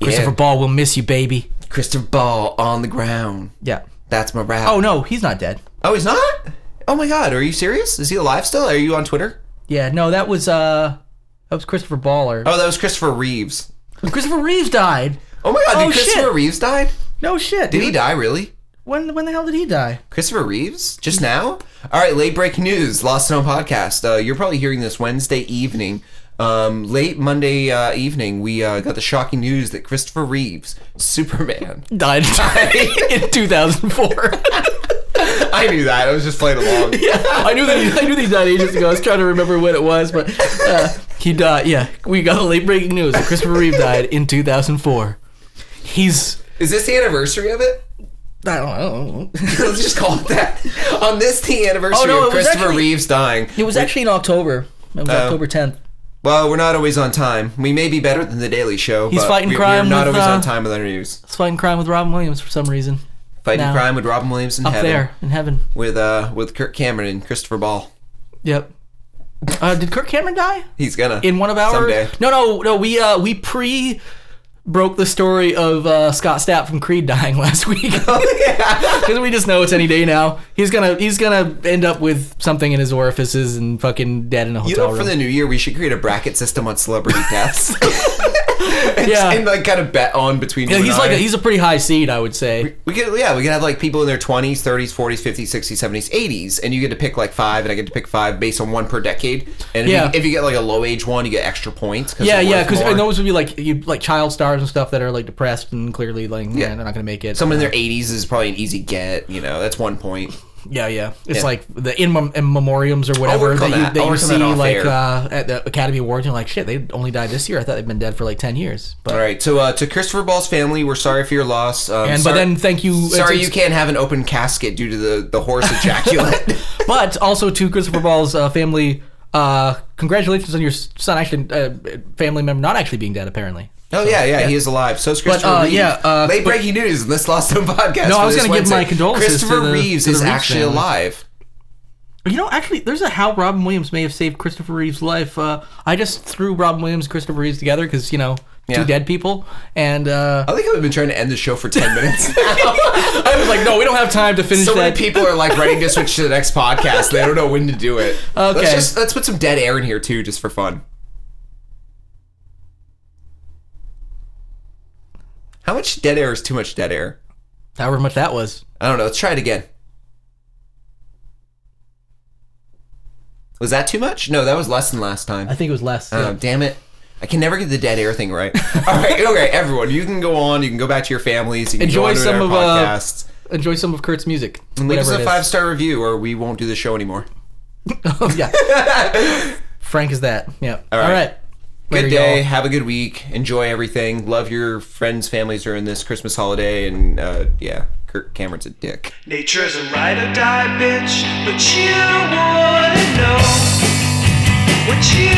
Christopher Ball will miss you, baby. Christopher Ball on the ground. Yeah. That's my rap. Oh no, he's not dead. oh, he's not. Oh my God, are you serious? Is he alive still? Are you on Twitter? Yeah, no, that was uh, that was Christopher Baller. Oh, that was Christopher Reeves. Christopher Reeves died. Oh my God, Oh, dude, Christopher shit. Reeves died. No shit. Did he dude. die really? When when the hell did he die? Christopher Reeves just now. All right, late breaking news, Lost and Home podcast. Uh, you're probably hearing this Wednesday evening. Um, late Monday uh, evening, we uh, got the shocking news that Christopher Reeves, *laughs* Superman. died *laughs* *laughs* in 2004. I knew that. I was just playing *laughs* along. I knew that he, I knew that he died ages ago. I was trying to remember when it was, but uh, he died. Yeah, we got late breaking news that Christopher Reeve died in 2004. He's Is this the anniversary of it? *laughs* I don't know. Let's just call it that. On this, the anniversary Oh, no, of it was Christopher actually- Reeves dying. It was actually in October. It Oh. was October 10th. Well, we're not always on time. We may be better than the Daily Show. He's but fighting we, we crime are not with, always on uh, time with our news. It's fighting crime with Robin Williams for some reason. Fighting now. crime with Robin Williams in Up heaven. there in heaven. With uh, with Kirk Cameron and Christopher Ball. Yep. Uh, did Kirk Cameron die? He's gonna in one of our someday. no no no we uh we pre broke the story of uh, Scott Stapp from Creed dying *laughs* last *laughs* week because we just know it's any day now he's gonna he's gonna end up with something in his orifices and fucking dead in a You hotel know, for room the new year, we should create a bracket system on celebrity deaths. *laughs* and, Yeah. and like kind of bet on between. yeah, you he's and like I. a, he's a pretty high seed I would say We could, yeah, we could have like people in their twenties, thirties, forties, fifties, sixties, seventies, eighties, and you get to pick like five, and I get to pick five based on one per decade. And if, Yeah. you, if you get like a low age one, you get extra points. Cause yeah they're yeah worth because more. those would be like you like child stars and stuff that are like depressed and clearly like yeah, Yeah. they're not gonna make it someone in their eighties is probably an easy get. You know, that's one point. Yeah, yeah. It's like the in, mem- in memoriams or I'll whatever work that on you, that. that I'll you work on that see off like air. uh, at the Academy Awards. You're like, shit, they only died this year. I thought they'd been dead for like ten years. But All right, so uh, to Christopher Ball's family, we're sorry for your loss. Um, and sorry, but then thank you. it's- sorry you it's- can't have an open casket due to the the horse *laughs* ejaculate. But also to Christopher Ball's uh, family, uh, congratulations on your son actually uh, family member not actually being dead apparently. Oh yeah, yeah, he is alive. So is Christopher uh, Reeves. yeah, uh, late but- breaking news in this Lost Home *laughs* podcast. No, I for was this gonna give Wednesday. my condolences Christopher to the- Reeves to the is Reeves actually family. alive. You know, actually, there's a how Robin Williams may have saved Christopher Reeve's life. Uh, I just threw Robin Williams and Christopher Reeves together because you know Yeah. two dead people, and uh, I think I've been trying to end the show for *laughs* ten minutes. I was like, no, we don't have time to *laughs* finish so many that. people are like ready to switch to the next podcast. They don't know when to do it. Okay. let's just let's put some dead air in here too, just for fun. How much dead air is too much dead air? However much that was. I don't know. Let's try it again. Was that too much? No, that was less than last time. I think it was less. Oh, damn it. I can never get the dead air thing *laughs* right. All right, okay, everyone, you can go on. You can go back to your families. You can Enjoy go on to some our of, uh, podcasts. Enjoy some of Kurt's music. and leave us whatever a it five is. star review, or we won't do the show anymore. *laughs* yeah. Frank is that. Yeah. All right. Later, good day. y'all. Have a good week. Enjoy everything. Love your friends, families during this Christmas holiday. And uh, yeah, Kirk Cameron's a dick. Nature's a ride or die bitch, but you wouldn't know what you